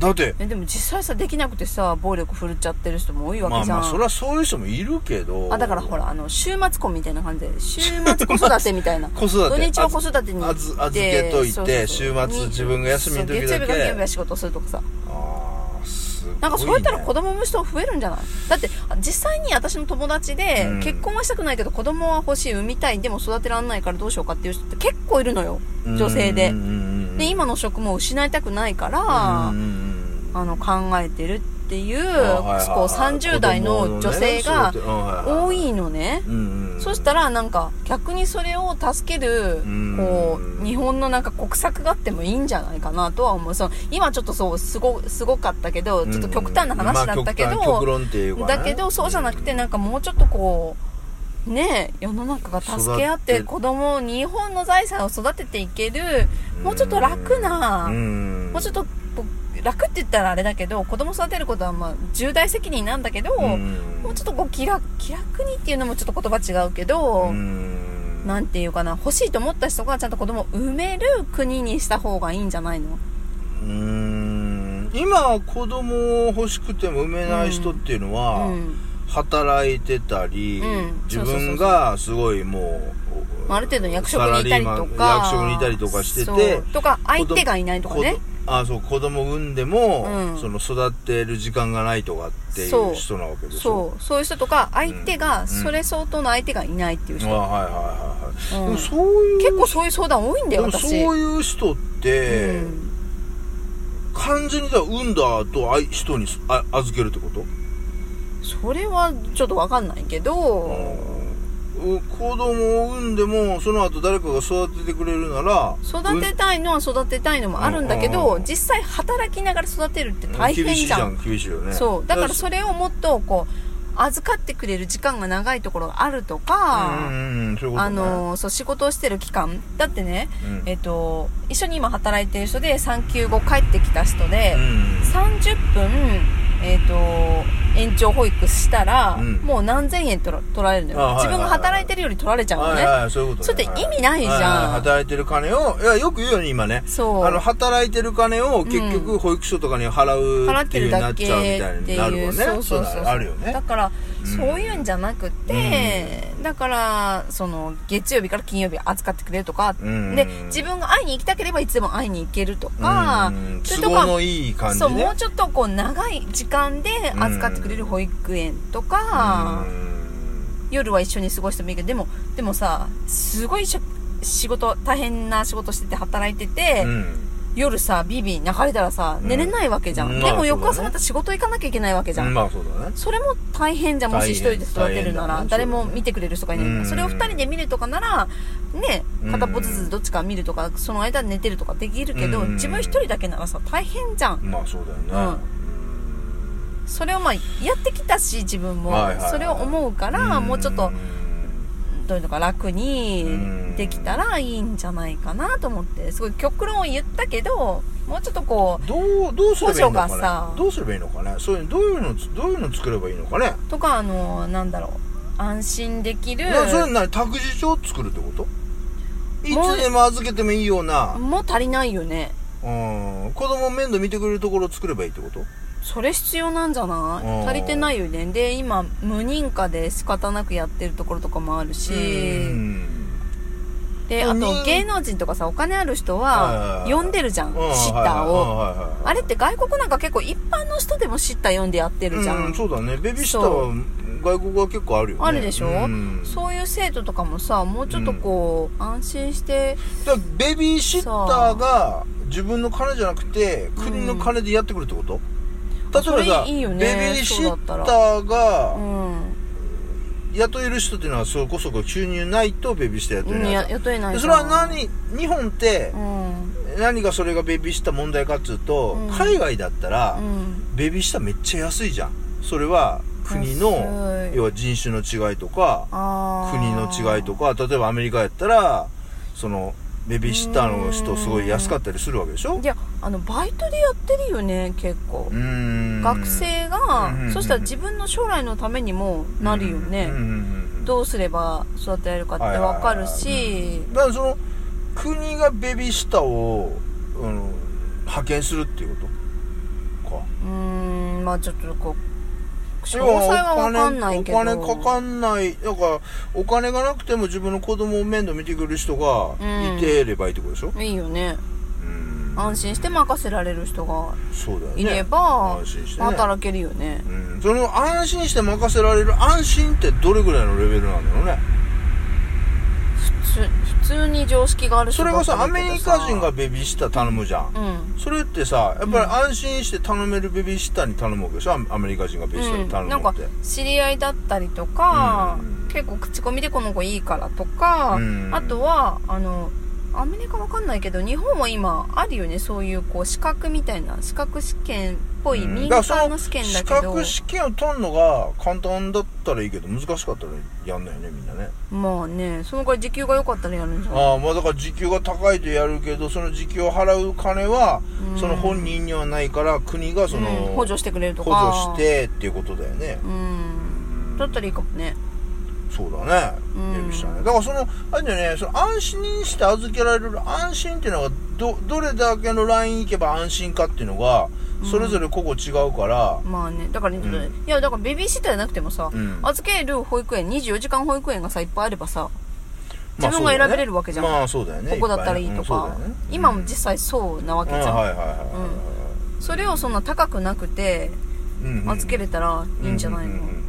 [SPEAKER 2] だって
[SPEAKER 1] えでも実際さできなくてさ暴力振るっちゃってる人も多いわ
[SPEAKER 2] まあ
[SPEAKER 1] けじゃん、
[SPEAKER 2] まあそりゃそういう人もいるけど
[SPEAKER 1] あだからほらあの週末婚み たいな感じで週末子育てみたいな
[SPEAKER 2] 子育て
[SPEAKER 1] 土日は子育てに行って
[SPEAKER 2] あず預けといて
[SPEAKER 1] そうそうそう
[SPEAKER 2] 週末自分が休みの時だ
[SPEAKER 1] そ
[SPEAKER 2] け
[SPEAKER 1] う月曜日が金曜日は仕事するとかさ
[SPEAKER 2] あーすごい、ね、
[SPEAKER 1] なんかそういったら子供産む人増えるんじゃないだってあ実際に私の友達で、
[SPEAKER 2] うん
[SPEAKER 1] 結婚はしたくないけど子供は欲しい産みたいでも育てらんないからどうしようかっていう人って結構いるのよ女性で
[SPEAKER 2] うんうんうんうん
[SPEAKER 1] で今の職も失いたくないから、
[SPEAKER 2] うんうんうん
[SPEAKER 1] あの考えてるっていう
[SPEAKER 2] あはいはい
[SPEAKER 1] こう30代の女性が
[SPEAKER 2] 子供のねそうやってうんはいはい
[SPEAKER 1] 多いのね
[SPEAKER 2] うんうん、
[SPEAKER 1] そしたらなんか逆にそれを助ける
[SPEAKER 2] うん
[SPEAKER 1] こう日本のなんか国策があってもいいんじゃないかなとは思うその今ちょっとそうすごすごかったけどちょっと極端な話だったけど、
[SPEAKER 2] まあ極端極論っていうかね、
[SPEAKER 1] だけどそうじゃなくてなんかもうちょっとこうねえ世の中が助け合っ
[SPEAKER 2] 育
[SPEAKER 1] て
[SPEAKER 2] て
[SPEAKER 1] 子供を日本の財産を育てていけるもうちょっと楽な、
[SPEAKER 2] ん
[SPEAKER 1] もうちょっ
[SPEAKER 2] と
[SPEAKER 1] とこう楽って言ったらあれだけど子供育てることはまあ重大責任なんだけど、もうちょっとこう気楽気楽にっていうのもちょっと言葉違うけど、
[SPEAKER 2] ん
[SPEAKER 1] なんていうかな欲しいと思った人がちゃんと子供を産める国にした方がいいんじゃないの
[SPEAKER 2] うーん今子供を欲しくても産めない人っていうのは、
[SPEAKER 1] うん
[SPEAKER 2] 働いてたり、
[SPEAKER 1] うん
[SPEAKER 2] 自分がすごいもう
[SPEAKER 1] まあある程度の役職にいたりと
[SPEAKER 2] サラリーマン
[SPEAKER 1] か
[SPEAKER 2] 役職にいたりとかして
[SPEAKER 1] そう
[SPEAKER 2] て
[SPEAKER 1] とか相手がいないとかね
[SPEAKER 2] 子供あそう子供産んでも、
[SPEAKER 1] うん
[SPEAKER 2] その育てる時間がないとかってい
[SPEAKER 1] そう
[SPEAKER 2] う人なわけでしょ
[SPEAKER 1] そうそういう人とか相手が、
[SPEAKER 2] うん
[SPEAKER 1] それ相当の相手がいないっていう
[SPEAKER 2] あ
[SPEAKER 1] 人、
[SPEAKER 2] はいはいはい
[SPEAKER 1] う
[SPEAKER 2] はい、
[SPEAKER 1] ん
[SPEAKER 2] でもそういう
[SPEAKER 1] 結構そういう相談多いんだ
[SPEAKER 2] で
[SPEAKER 1] よ
[SPEAKER 2] も
[SPEAKER 1] 私
[SPEAKER 2] そういう人って、
[SPEAKER 1] うん
[SPEAKER 2] 完全にだから産んだ後あい人にあ預けるってこと
[SPEAKER 1] それはちょっとわかんないけど、
[SPEAKER 2] うん子供を産んでもその後誰かが育ててくれるなら
[SPEAKER 1] 育てたいのは育てたいのもあるんだけ
[SPEAKER 2] うんうん
[SPEAKER 1] ど、
[SPEAKER 2] うん
[SPEAKER 1] 実際働きながら育てるって
[SPEAKER 2] うん
[SPEAKER 1] 大変
[SPEAKER 2] 厳しい
[SPEAKER 1] じ
[SPEAKER 2] じ
[SPEAKER 1] ゃん
[SPEAKER 2] ゃん厳しいよね
[SPEAKER 1] そうだからそれをもっとこう預かってくれる時間が長いところがあると
[SPEAKER 2] う
[SPEAKER 1] か、
[SPEAKER 2] んうんそういうことね
[SPEAKER 1] あのそう仕事をしてる期間だってね、
[SPEAKER 2] うん
[SPEAKER 1] えっと一緒に今働いてる人で産休後帰ってきた人で、30分、えー、と延長保育したら、
[SPEAKER 2] うん
[SPEAKER 1] もう何千円とら取られるのよ、
[SPEAKER 2] あはいはいはい
[SPEAKER 1] 自分が働いてるより取られちゃうの
[SPEAKER 2] は
[SPEAKER 1] ね、
[SPEAKER 2] いはいそういうこと
[SPEAKER 1] それって意味ないじゃん
[SPEAKER 2] はいはいはい働いてる金をいやよく言うよね今ね
[SPEAKER 1] そう
[SPEAKER 2] あの働いてる金を結
[SPEAKER 1] う
[SPEAKER 2] 局保育所とかに払う
[SPEAKER 1] 払
[SPEAKER 2] っ
[SPEAKER 1] ってて
[SPEAKER 2] い
[SPEAKER 1] る
[SPEAKER 2] う風にな
[SPEAKER 1] だ
[SPEAKER 2] っ
[SPEAKER 1] け
[SPEAKER 2] ちゃうみたい
[SPEAKER 1] って
[SPEAKER 2] になる
[SPEAKER 1] い
[SPEAKER 2] よ
[SPEAKER 1] う
[SPEAKER 2] ね
[SPEAKER 1] そうそうそう
[SPEAKER 2] のあるよね
[SPEAKER 1] だから、
[SPEAKER 2] ん
[SPEAKER 1] そういうんじゃなくて、だからその月曜日から金曜日扱ってくれるとか、
[SPEAKER 2] うん
[SPEAKER 1] で自分が会いに行きたければいつでも会いに行けるとか、
[SPEAKER 2] うん
[SPEAKER 1] それ
[SPEAKER 2] 都
[SPEAKER 1] と
[SPEAKER 2] 合
[SPEAKER 1] か
[SPEAKER 2] のいい感じ
[SPEAKER 1] そう
[SPEAKER 2] ね
[SPEAKER 1] もうちょっとこう長い時間で扱ってくれる保育園とか、
[SPEAKER 2] うん
[SPEAKER 1] 夜は一緒に過ごしてもいいけどでもでもさすごいしょ仕事大変な仕事してて働いてて、
[SPEAKER 2] うん
[SPEAKER 1] 夜さビビ泣かれたらさ
[SPEAKER 2] うん
[SPEAKER 1] 寝れないわけじゃん、
[SPEAKER 2] うん
[SPEAKER 1] で
[SPEAKER 2] ま
[SPEAKER 1] も
[SPEAKER 2] あ
[SPEAKER 1] 翌
[SPEAKER 2] そ
[SPEAKER 1] 朝
[SPEAKER 2] うだね
[SPEAKER 1] また仕事行かなきゃいけないわけじゃん、
[SPEAKER 2] まあそうだね
[SPEAKER 1] それも大変じゃんもし一人で育てるな
[SPEAKER 2] 大変大変だ
[SPEAKER 1] ら
[SPEAKER 2] ね
[SPEAKER 1] 誰も見てくれる人がいないから、
[SPEAKER 2] うん
[SPEAKER 1] それを二人で見るとかならね
[SPEAKER 2] うん
[SPEAKER 1] 片っぽずつどっちか見るとかその間寝てるとかできるけど、
[SPEAKER 2] うん
[SPEAKER 1] 自分一人だけならさ大変じゃん
[SPEAKER 2] まあそうだよね、
[SPEAKER 1] それをまあやってきたし自分も、
[SPEAKER 2] はいはいはい
[SPEAKER 1] それを思うから、
[SPEAKER 2] ん
[SPEAKER 1] もうちょっとどういうのか楽に
[SPEAKER 2] ん
[SPEAKER 1] できたらいいんじゃないかなと思ってすごい極論を言ったけどもうちょっとこ
[SPEAKER 2] どうどうすればいい
[SPEAKER 1] 補
[SPEAKER 2] の
[SPEAKER 1] 助が
[SPEAKER 2] か
[SPEAKER 1] さ
[SPEAKER 2] ねどうすればいいのかねそういうどういうのつどういうの作ればいいのかね、
[SPEAKER 1] うとかあのなんだろう安心できる
[SPEAKER 2] なそれな託児所を作るってこといつでも預けてもいいような、
[SPEAKER 1] もう足りないよね
[SPEAKER 2] うん、子供面倒見てくれるところを作ればいいってこと
[SPEAKER 1] それ必要なんじゃな
[SPEAKER 2] う
[SPEAKER 1] い
[SPEAKER 2] ん
[SPEAKER 1] 足りてないよねで今無認可で仕方なくやってるところとかもあるしであ
[SPEAKER 2] う
[SPEAKER 1] と
[SPEAKER 2] ん
[SPEAKER 1] 芸能人とかさお金ある人
[SPEAKER 2] はい
[SPEAKER 1] は
[SPEAKER 2] はいはい
[SPEAKER 1] 呼んでるじゃんシッターをあれって外国なんか結構一般の人でもシッター呼んでやってるじゃ
[SPEAKER 2] うんん、そうだねベビーシッターは外国は結構あるよね
[SPEAKER 1] あるでしょ、
[SPEAKER 2] うん
[SPEAKER 1] そういう生徒とかもさもうちょっとこう、安心して
[SPEAKER 2] だからベビーシッターが自分の金じゃなくて国の金でやってくるってこと、例えばさ
[SPEAKER 1] それいいよね
[SPEAKER 2] ベビーシッター
[SPEAKER 1] う
[SPEAKER 2] が
[SPEAKER 1] ん、
[SPEAKER 2] 雇える人っていうのはそこそこ収入ないとベビーシッター雇え
[SPEAKER 1] うん、
[SPEAKER 2] ない
[SPEAKER 1] や
[SPEAKER 2] から、
[SPEAKER 1] 雇えない
[SPEAKER 2] で
[SPEAKER 1] じゃん
[SPEAKER 2] それは何日本って
[SPEAKER 1] うん
[SPEAKER 2] 何がそれがベビーシッター問題かっつうと、
[SPEAKER 1] うん
[SPEAKER 2] 海外だったら
[SPEAKER 1] うん
[SPEAKER 2] ベビーシッターめっちゃ安いじゃんそれは国
[SPEAKER 1] 安
[SPEAKER 2] の
[SPEAKER 1] い
[SPEAKER 2] 要は人種の違いとか
[SPEAKER 1] あ
[SPEAKER 2] 国の違いと
[SPEAKER 1] か
[SPEAKER 2] か例えばアメリカやったらそのベビーシッターの人すごい安かったりするわけでしょ
[SPEAKER 1] いやあのバイトでやってるよね結構
[SPEAKER 2] う、ーん
[SPEAKER 1] 学生が、
[SPEAKER 2] うん
[SPEAKER 1] そしたら自分の将来のためにもなるよね、
[SPEAKER 2] うんうんうん
[SPEAKER 1] どうすれば育てられるかってわかるし、
[SPEAKER 2] はいはいだからその国がベビーシッターを、うん、派遣するっていうこと
[SPEAKER 1] まあちょっとこう詳
[SPEAKER 2] 要は
[SPEAKER 1] 細は分かんないけど
[SPEAKER 2] お金お金かかんないだからお金がなくても自分の子供を面倒見てくれる人が
[SPEAKER 1] うん
[SPEAKER 2] いてればいいってことでしょ、
[SPEAKER 1] いいよね
[SPEAKER 2] うん
[SPEAKER 1] 安心して任せられる人が
[SPEAKER 2] そうだよね
[SPEAKER 1] いれば、
[SPEAKER 2] 安心して、ね、
[SPEAKER 1] 働けるよね
[SPEAKER 2] うん、その安心して任せられる安心ってどれぐらいのレベルなんだろうね
[SPEAKER 1] 普通普通に常識がある人
[SPEAKER 2] それがさ
[SPEAKER 1] だ
[SPEAKER 2] ア
[SPEAKER 1] と思う
[SPEAKER 2] メ
[SPEAKER 1] けど
[SPEAKER 2] リ
[SPEAKER 1] さ
[SPEAKER 2] カ人がベビーシッター頼むじゃん、
[SPEAKER 1] うん
[SPEAKER 2] それってさやっぱり安心して頼めるベビーシッターに頼むわけでしょアメアメリカ人がベビーシッター
[SPEAKER 1] うん
[SPEAKER 2] に
[SPEAKER 1] な
[SPEAKER 2] 頼
[SPEAKER 1] ん
[SPEAKER 2] む
[SPEAKER 1] か
[SPEAKER 2] って、
[SPEAKER 1] 知り合いだったりとか、
[SPEAKER 2] うん
[SPEAKER 1] 結構口コミでこの子いいからとか、
[SPEAKER 2] うん
[SPEAKER 1] あとはあのアメリカわかんないけど日本も今あるよねそういうこう資格みたいな資格試験っぽい
[SPEAKER 2] うん
[SPEAKER 1] 民
[SPEAKER 2] だか
[SPEAKER 1] 間
[SPEAKER 2] らそ
[SPEAKER 1] の試験だ
[SPEAKER 2] 資
[SPEAKER 1] けど、
[SPEAKER 2] 格試験を取るのが簡単だったらいいけど難しかったらやんないよねみんなね、
[SPEAKER 1] まあねそのぐらい時給が良かったらやるんじゃない
[SPEAKER 2] ああまあだから時給が高いとやるけどその時給を払う金は、
[SPEAKER 1] うん
[SPEAKER 2] その本人にはないから国がその、
[SPEAKER 1] うん補助してくれると
[SPEAKER 2] 補
[SPEAKER 1] か
[SPEAKER 2] 助してっていうことだよね、
[SPEAKER 1] うんだったらいいかもね
[SPEAKER 2] そうだね
[SPEAKER 1] うん
[SPEAKER 2] ベビーシッターねだからそのあれだよねその安心して預けられる安心っていうのがどどれだけのラインいけば安心かっていうのがそれぞれ個々違うから、
[SPEAKER 1] まあねだからね、
[SPEAKER 2] うん
[SPEAKER 1] いやだからベビーシッターじゃなくてもさ、
[SPEAKER 2] うん
[SPEAKER 1] 預ける保育園24時間保育園がさいっぱいあればさ
[SPEAKER 2] まあ
[SPEAKER 1] 自分が選べれるわけじゃん
[SPEAKER 2] まあそうだよね
[SPEAKER 1] ここだったらいいと
[SPEAKER 2] っ
[SPEAKER 1] か、
[SPEAKER 2] ぱねうんそうだよね
[SPEAKER 1] 今も実際そうなわけじ
[SPEAKER 2] うんはい
[SPEAKER 1] ゃん、
[SPEAKER 2] はいはいは
[SPEAKER 1] それをそんな高くなくて
[SPEAKER 2] い、うんうん
[SPEAKER 1] 預けれたらいいんじゃないの、
[SPEAKER 2] うんうんうん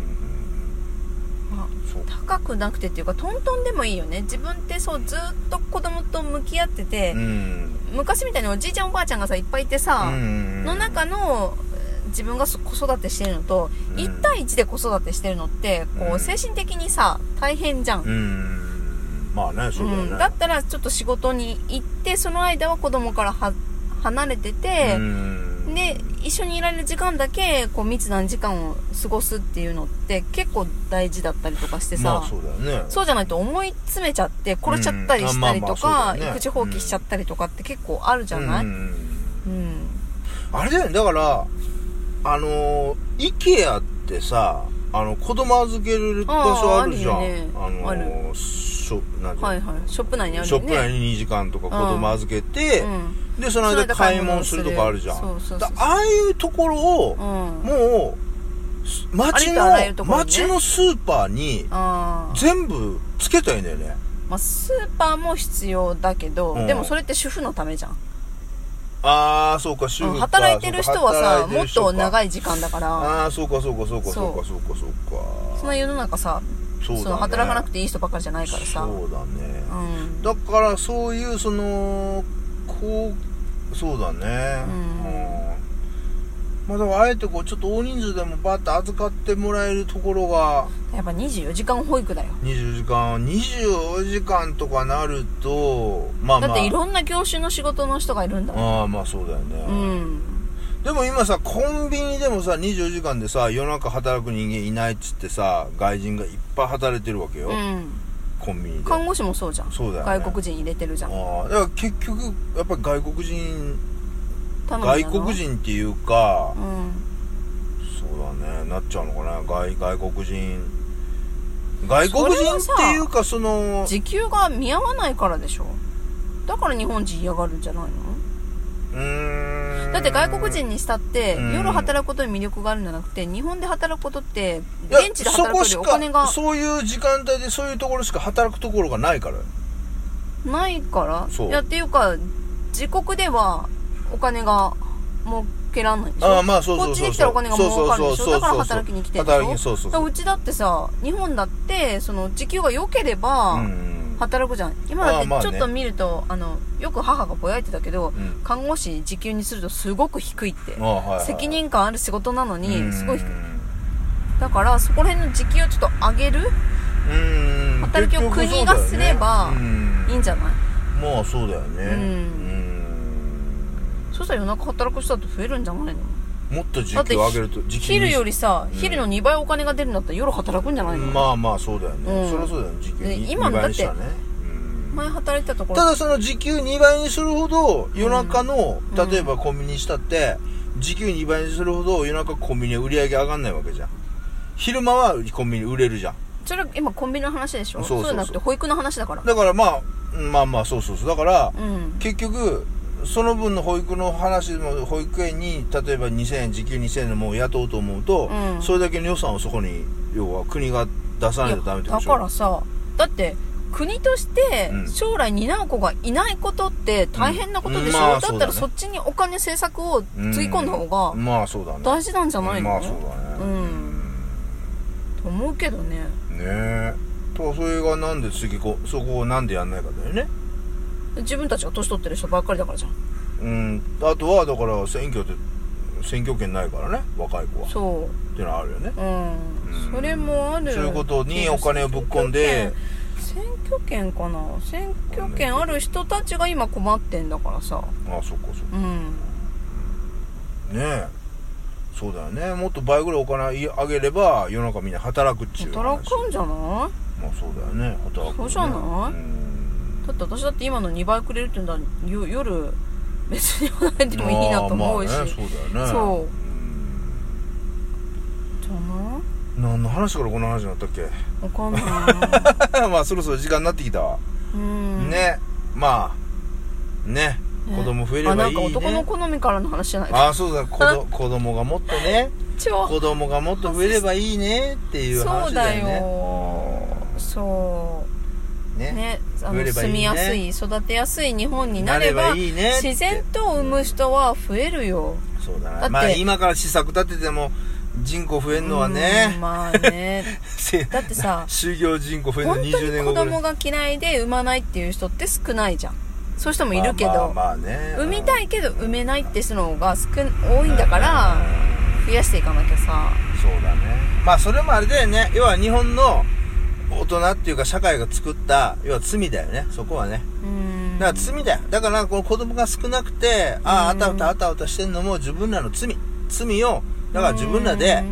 [SPEAKER 2] うん
[SPEAKER 1] ま
[SPEAKER 2] そう
[SPEAKER 1] 高くなくてっていうかトントンでもいいよね自分ってそうずっと子供と向き合ってて、
[SPEAKER 2] うん
[SPEAKER 1] 昔みたいにおじいちゃんおばあちゃんがさいっぱいいて
[SPEAKER 2] う
[SPEAKER 1] さ、
[SPEAKER 2] ん
[SPEAKER 1] の中のえー自分がそ子育てしてるのと、
[SPEAKER 2] うん
[SPEAKER 1] 1対1で子育てしてるのってこう、
[SPEAKER 2] うん
[SPEAKER 1] 精神的にさ大変じゃん、
[SPEAKER 2] うんまあねそうだよね、
[SPEAKER 1] うんだったらちょっと仕事に行ってその間は子供からは離れてて
[SPEAKER 2] う、ん
[SPEAKER 1] で一緒にいられる時間だけこう密な時間を過ごすっていうのって結構大事だったりとかしてさ、
[SPEAKER 2] まあそうだよね
[SPEAKER 1] そうじゃないと思い詰めちゃって殺しちゃったりしたりと
[SPEAKER 2] うんあまあま
[SPEAKER 1] か、
[SPEAKER 2] あそうだよね
[SPEAKER 1] 育児放棄しちゃったりとかって結構あるじゃない、う
[SPEAKER 2] うんんあれだよねだからあのー IKEA ってさあの子供預けれる場所あるじゃん
[SPEAKER 1] あーあるよね
[SPEAKER 2] のーショなんていうの
[SPEAKER 1] はいはいショップ内にある
[SPEAKER 2] シ
[SPEAKER 1] よ
[SPEAKER 2] ョ
[SPEAKER 1] ね
[SPEAKER 2] ップ内に2時間とか子供預けて、
[SPEAKER 1] う
[SPEAKER 2] でその
[SPEAKER 1] その
[SPEAKER 2] 間
[SPEAKER 1] 間
[SPEAKER 2] 買い物するとかあるじゃん
[SPEAKER 1] そうそうそう
[SPEAKER 2] だああいうところを、
[SPEAKER 1] んうん
[SPEAKER 2] もうす
[SPEAKER 1] あ
[SPEAKER 2] 街
[SPEAKER 1] りとあらゆる
[SPEAKER 2] の、
[SPEAKER 1] ところにね
[SPEAKER 2] 街のスーパーに
[SPEAKER 1] あー
[SPEAKER 2] 全部つけたいんだよね
[SPEAKER 1] まあ、スーパーも必要だけど、
[SPEAKER 2] うん
[SPEAKER 1] でもそれって主婦のためじゃん、
[SPEAKER 2] ああそうか主
[SPEAKER 1] う
[SPEAKER 2] 婦
[SPEAKER 1] ん
[SPEAKER 2] か
[SPEAKER 1] 働いてる人はさもっと
[SPEAKER 2] い
[SPEAKER 1] 長い時間だから
[SPEAKER 2] ああーそうかそうかそうかそう
[SPEAKER 1] そ
[SPEAKER 2] か
[SPEAKER 1] う
[SPEAKER 2] そうかそうか
[SPEAKER 1] そんな世の中さ
[SPEAKER 2] そ
[SPEAKER 1] その働かなく
[SPEAKER 2] て
[SPEAKER 1] ていい人ばっかりじゃないからさ
[SPEAKER 2] そうだね、
[SPEAKER 1] うん
[SPEAKER 2] だからそういうそのこうそうだね
[SPEAKER 1] う
[SPEAKER 2] うんまあだからあえてこうちょっと大人数でもバッと預かってもらえるところが
[SPEAKER 1] やっぱ24時間保育だよ
[SPEAKER 2] 20時間24時間とかなるとまあまあ
[SPEAKER 1] だっていろんな業種の仕事の人がいるんだもん
[SPEAKER 2] ああまあそうだよね、
[SPEAKER 1] うん
[SPEAKER 2] でも今さコンビニでもさ24時間でさ夜中働く人間いないっつってさ外人がいっぱい働いてるわけよ、
[SPEAKER 1] うん
[SPEAKER 2] コンビニで
[SPEAKER 1] 看護師もそうじゃん
[SPEAKER 2] そうだよね
[SPEAKER 1] 外国人入れてるじゃん
[SPEAKER 2] ああだから結局やっぱり外国人
[SPEAKER 1] 頼むんだ
[SPEAKER 2] 外
[SPEAKER 1] な
[SPEAKER 2] 国人っていうか
[SPEAKER 1] う、ん
[SPEAKER 2] そうだねなっちゃうのかな外外国人外国人っていうかその
[SPEAKER 1] 時給が見合わないからでしょだから日本人嫌がるんじゃないの
[SPEAKER 2] うーん
[SPEAKER 1] だって外国人にしたって
[SPEAKER 2] うん
[SPEAKER 1] 夜働くことに魅力があるんじゃなくて日本で働くことって
[SPEAKER 2] いや
[SPEAKER 1] 現地で働くよりお金が
[SPEAKER 2] そこしかそういう時間帯でそういうところしか働くところがないから
[SPEAKER 1] ないから
[SPEAKER 2] そう
[SPEAKER 1] いやっていうか自国ではお金が儲けらんないんでしょ
[SPEAKER 2] ああまあそうそ
[SPEAKER 1] こ
[SPEAKER 2] うそう
[SPEAKER 1] っちに来たらお金が儲かるんでし
[SPEAKER 2] そう
[SPEAKER 1] ょ
[SPEAKER 2] そうそ
[SPEAKER 1] だ
[SPEAKER 2] うそう
[SPEAKER 1] から働きに来てるでしょ
[SPEAKER 2] 働きにそうそうそう
[SPEAKER 1] だからうちだってさ日本だってその時給が良けれ
[SPEAKER 2] う
[SPEAKER 1] ば
[SPEAKER 2] ん
[SPEAKER 1] 働くじゃん、今だっ
[SPEAKER 2] ああまあ
[SPEAKER 1] て
[SPEAKER 2] ね
[SPEAKER 1] ちょっと見るとあ、のよく母がぼやいてたけど、
[SPEAKER 2] うん
[SPEAKER 1] 看護師時給にするとすごく低いって
[SPEAKER 2] ああはいはい
[SPEAKER 1] 責任感ある仕事なの
[SPEAKER 2] う
[SPEAKER 1] に
[SPEAKER 2] ん
[SPEAKER 1] すごい低いだからそこら辺の時給をちょっと上げる
[SPEAKER 2] うん
[SPEAKER 1] 働きを国がすれば
[SPEAKER 2] 結局そうだよねうん
[SPEAKER 1] いいんじゃない
[SPEAKER 2] まあそうだよね
[SPEAKER 1] うん
[SPEAKER 2] うん
[SPEAKER 1] そしたら夜中働く人だって増えるんじゃないの
[SPEAKER 2] もっと時
[SPEAKER 1] だって
[SPEAKER 2] 給上げると時給
[SPEAKER 1] 昼よりさ、
[SPEAKER 2] うん
[SPEAKER 1] 昼の2倍お金が出るんだったら夜働くんじゃないの、
[SPEAKER 2] まあまあそうだよね、
[SPEAKER 1] うん
[SPEAKER 2] そりゃそうだよね時給
[SPEAKER 1] で
[SPEAKER 2] に
[SPEAKER 1] 今の
[SPEAKER 2] 二倍にした
[SPEAKER 1] だ
[SPEAKER 2] ら
[SPEAKER 1] っ
[SPEAKER 2] ね、うん
[SPEAKER 1] 前働いてたところ
[SPEAKER 2] ただその時給2倍にするほど夜中の、
[SPEAKER 1] うん
[SPEAKER 2] 例えばコンビニしたって時給2倍にするほど夜中コンビニは売り上げ上がんないわけじゃん昼間はコンビニ売れるじゃん
[SPEAKER 1] それ今コンビニの話でしょ
[SPEAKER 2] そうそうそう
[SPEAKER 1] じゃなくて保育の話だから
[SPEAKER 2] だからまあうんまあまあそうそうそうだから、
[SPEAKER 1] うん
[SPEAKER 2] 結局その分の保育の話でも保育園に例えば2000円時給2000円のもう雇うと思うと、
[SPEAKER 1] うん
[SPEAKER 2] それだけの予算をそこに要は国が出さないい
[SPEAKER 1] や
[SPEAKER 2] とダメってこと
[SPEAKER 1] だ
[SPEAKER 2] でし
[SPEAKER 1] か
[SPEAKER 2] ょ
[SPEAKER 1] らさだって国として
[SPEAKER 2] うん
[SPEAKER 1] 将来担う子がいないことって大変なことでしょ、
[SPEAKER 2] うんまあ
[SPEAKER 1] だ
[SPEAKER 2] そ
[SPEAKER 1] った
[SPEAKER 2] うだ
[SPEAKER 1] ら
[SPEAKER 2] ね
[SPEAKER 1] そっちにお金政策をつぎ込んだ方が
[SPEAKER 2] まあそうだね
[SPEAKER 1] 大事なんじゃないの、
[SPEAKER 2] まあそうだ
[SPEAKER 1] う
[SPEAKER 2] ね
[SPEAKER 1] んと思うけどね
[SPEAKER 2] ねえとからそれがなんで次こそこをなんでやんないかだよね
[SPEAKER 1] 自分たちが年取ってる人ばっかりだからじゃん
[SPEAKER 2] うんあとはだから選挙って選挙権ないからね若い子はっ
[SPEAKER 1] そ
[SPEAKER 2] ていうのはあるよね
[SPEAKER 1] ううん、
[SPEAKER 2] うん
[SPEAKER 1] それもある
[SPEAKER 2] そういうことにお金をぶっ込んで
[SPEAKER 1] 選挙権かな選挙権ある人たちが今困ってんだからさ
[SPEAKER 2] ああそっかそっ
[SPEAKER 1] う
[SPEAKER 2] か
[SPEAKER 1] ん
[SPEAKER 2] ねえそうだよねもっと倍ぐらいお金あげれば世の中みんな働くっちゅう話
[SPEAKER 1] 働くんじゃな
[SPEAKER 2] まあそうだよね働く、ね、
[SPEAKER 1] そうじゃない
[SPEAKER 2] うん
[SPEAKER 1] いだって私だって今の2倍くれるって言うんだらよ夜別に働いてもいいなと思うし、
[SPEAKER 2] まあまあね、そうだよね
[SPEAKER 1] そ
[SPEAKER 2] うん
[SPEAKER 1] じゃな
[SPEAKER 2] 何の話からこの話になったっけ
[SPEAKER 1] わかんない
[SPEAKER 2] まあそろそろ時間になってきたわ、
[SPEAKER 1] うん
[SPEAKER 2] ねまあ
[SPEAKER 1] ね
[SPEAKER 2] ね子供増えればい
[SPEAKER 1] あ
[SPEAKER 2] いね
[SPEAKER 1] なんか男の好みからの話じゃないか
[SPEAKER 2] あそうだ子ど子供がもっとね
[SPEAKER 1] 超
[SPEAKER 2] 子供がもっと増えればいいねっていう
[SPEAKER 1] そう
[SPEAKER 2] 話
[SPEAKER 1] だ
[SPEAKER 2] だよ
[SPEAKER 1] よ
[SPEAKER 2] ね
[SPEAKER 1] そう
[SPEAKER 2] ね
[SPEAKER 1] ね、あ
[SPEAKER 2] 増え
[SPEAKER 1] の
[SPEAKER 2] ればい
[SPEAKER 1] 住
[SPEAKER 2] いね
[SPEAKER 1] みやすい育てやすい日本になれば
[SPEAKER 2] なればいいねって
[SPEAKER 1] 自然と産む人は増えるよ
[SPEAKER 2] そうだな
[SPEAKER 1] だって
[SPEAKER 2] まあ今から施策立てても人口増えんのは
[SPEAKER 1] うん
[SPEAKER 2] ね、
[SPEAKER 1] まあねだってさ
[SPEAKER 2] 就業人口増えんの
[SPEAKER 1] 本当
[SPEAKER 2] 20
[SPEAKER 1] に
[SPEAKER 2] 年
[SPEAKER 1] 子
[SPEAKER 2] 後ぐら
[SPEAKER 1] 供
[SPEAKER 2] い
[SPEAKER 1] が嫌いで産まないっていう人って少ないじゃんそういう人もいるけど、
[SPEAKER 2] まあまあまあね
[SPEAKER 1] 産みたいけど産めないって人の方が少多いんだか
[SPEAKER 2] う
[SPEAKER 1] ら
[SPEAKER 2] ん
[SPEAKER 1] 増やしていかなきゃさ
[SPEAKER 2] そうだねまあそれもあれだよね要は日本の大人っていうか社会が作った要は罪だよねそこはね
[SPEAKER 1] うん
[SPEAKER 2] だから罪だよだからこの子供が少なくてあああたふたあたふたしてんのも自分らの罪罪をだから自分らで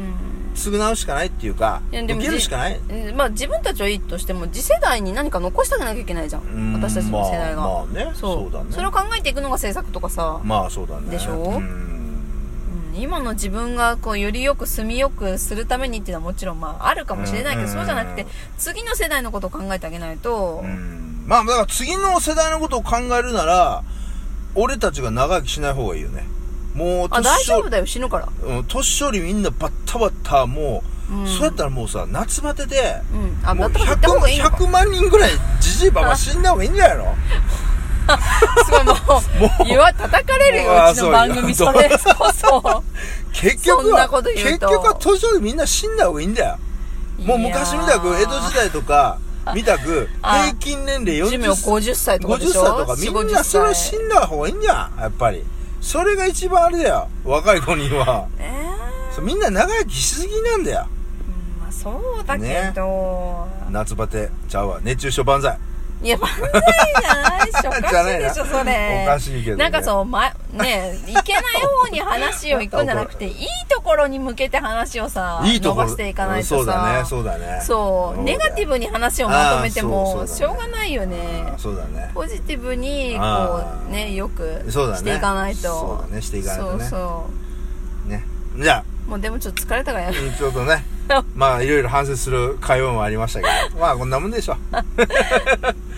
[SPEAKER 2] 償うしかないっていうか
[SPEAKER 1] いや
[SPEAKER 2] 受
[SPEAKER 1] でも
[SPEAKER 2] けるしかない
[SPEAKER 1] うんうんまあ自分たちはいいとしても次世代に何か残してあげなきゃいけないじゃん、
[SPEAKER 2] うん
[SPEAKER 1] 私たちの世代が、
[SPEAKER 2] まあ、まあ
[SPEAKER 1] そ
[SPEAKER 2] ね
[SPEAKER 1] う
[SPEAKER 2] そうだね
[SPEAKER 1] れを考えていくのが政策とかさ、
[SPEAKER 2] まあそうだね
[SPEAKER 1] でしょ
[SPEAKER 2] うん
[SPEAKER 1] うん今の自分がこうよりよく住みよくするためにっていうのはもちろんまああるかもしれないけど、
[SPEAKER 2] うん
[SPEAKER 1] そうじゃなくて次の世代のことを考えてあげないと、
[SPEAKER 2] うんまあだから次の世代のことを考えるなら俺たちが長生きしない方がいいよねもう
[SPEAKER 1] あ大
[SPEAKER 2] 年
[SPEAKER 1] 丈
[SPEAKER 2] 寄
[SPEAKER 1] 夫だよ死ぬから
[SPEAKER 2] りうん年寄りみんなバッタバッタもう、
[SPEAKER 1] うん
[SPEAKER 2] そうやったらもうさ夏バテで
[SPEAKER 1] うんあ
[SPEAKER 2] も
[SPEAKER 1] だ
[SPEAKER 2] う
[SPEAKER 1] ったら行った方がいいの
[SPEAKER 2] 100,
[SPEAKER 1] か
[SPEAKER 2] 100万人ぐらいじじいばば死んだ方がいいんじゃないの
[SPEAKER 1] すごいも う言わ叩かれる
[SPEAKER 2] もう
[SPEAKER 1] よ
[SPEAKER 2] あ
[SPEAKER 1] うちの番組そ れこそ
[SPEAKER 2] 結局
[SPEAKER 1] そんな
[SPEAKER 2] は
[SPEAKER 1] こと言
[SPEAKER 2] 結
[SPEAKER 1] うと
[SPEAKER 2] 局は年寄りみんな死んだ方がいいんだよもう昔みたく江戸時代とかみたく
[SPEAKER 1] あ
[SPEAKER 2] 平均年齢40
[SPEAKER 1] 寿命50歳とかで
[SPEAKER 2] 50
[SPEAKER 1] しょ
[SPEAKER 2] 歳とかみんなそれは死
[SPEAKER 1] 40
[SPEAKER 2] んだ方がいいんじゃんやっぱりそれが一番あれだよ若い子には
[SPEAKER 1] えー
[SPEAKER 2] そうみんな長生きしすぎなんだよ
[SPEAKER 1] うんまあそうだけど、
[SPEAKER 2] 夏バテちゃうわ熱中症万歳
[SPEAKER 1] いや、万歳じゃないでしょ。おかしいでしょ、それ。
[SPEAKER 2] おかしいけど
[SPEAKER 1] な
[SPEAKER 2] ね
[SPEAKER 1] んかそう、ま、ねえ、いけない方に話を行くんじゃなくて、いいところに向けて話をさ、
[SPEAKER 2] いいところ
[SPEAKER 1] 伸ばしていかないとさ、
[SPEAKER 2] そうだねそうだね
[SPEAKER 1] そうネガティブに話をまとめて
[SPEAKER 2] あ
[SPEAKER 1] も、
[SPEAKER 2] ーそう
[SPEAKER 1] しょ
[SPEAKER 2] そうう
[SPEAKER 1] が
[SPEAKER 2] だね
[SPEAKER 1] ないよね
[SPEAKER 2] あ。そうだね
[SPEAKER 1] ポジティブに、
[SPEAKER 2] あ
[SPEAKER 1] こう、
[SPEAKER 2] ー
[SPEAKER 1] ね、よく
[SPEAKER 2] そうだね
[SPEAKER 1] していかないと。
[SPEAKER 2] そうだねしていかないとね
[SPEAKER 1] そうそ
[SPEAKER 2] ねじゃあ
[SPEAKER 1] う。もうでもちょっと疲れた からやめ
[SPEAKER 2] うんちょっとねまあいろいろ反省する会話もありました けどまあこんなもんでしょ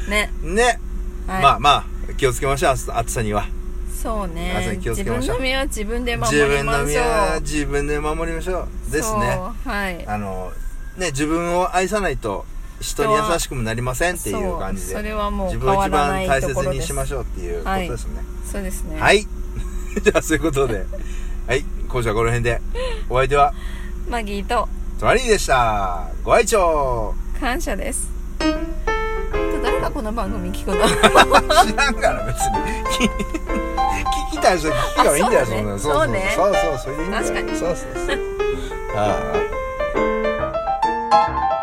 [SPEAKER 1] ね。
[SPEAKER 2] ね、
[SPEAKER 1] はい
[SPEAKER 2] まあまあ気をつけましょう暑暑さには
[SPEAKER 1] そう
[SPEAKER 2] 皆さ
[SPEAKER 1] ね
[SPEAKER 2] ん。気をつ
[SPEAKER 1] 自
[SPEAKER 2] け
[SPEAKER 1] 分
[SPEAKER 2] ましょう
[SPEAKER 1] の身は自分で守
[SPEAKER 2] 自
[SPEAKER 1] り
[SPEAKER 2] 分
[SPEAKER 1] ましょ
[SPEAKER 2] の
[SPEAKER 1] う。
[SPEAKER 2] 身は自分で守りましょうですね
[SPEAKER 1] そう。はい。
[SPEAKER 2] あのね自分を愛さないと人に優しくもなりませんっていう感じで
[SPEAKER 1] そうそれはもう
[SPEAKER 2] 自分を
[SPEAKER 1] 変
[SPEAKER 2] 一
[SPEAKER 1] わらな
[SPEAKER 2] 番
[SPEAKER 1] い
[SPEAKER 2] 大
[SPEAKER 1] と
[SPEAKER 2] 切
[SPEAKER 1] ころです
[SPEAKER 2] にしましょうっていうことですね
[SPEAKER 1] そうですね。
[SPEAKER 2] はい、じゃあそういう ことではい今週はこの辺でお相手は
[SPEAKER 1] マギーと
[SPEAKER 2] トラリーでしたご愛聴
[SPEAKER 1] 感謝です。誰がこの番組聞くの
[SPEAKER 2] 知らんから別に 聞きたい人は聞きがいいんだよ
[SPEAKER 1] あそうね
[SPEAKER 2] そんなの
[SPEAKER 1] そうね
[SPEAKER 2] そうそうそうそれでいいんだよ
[SPEAKER 1] 確かに
[SPEAKER 2] そうそうそうああ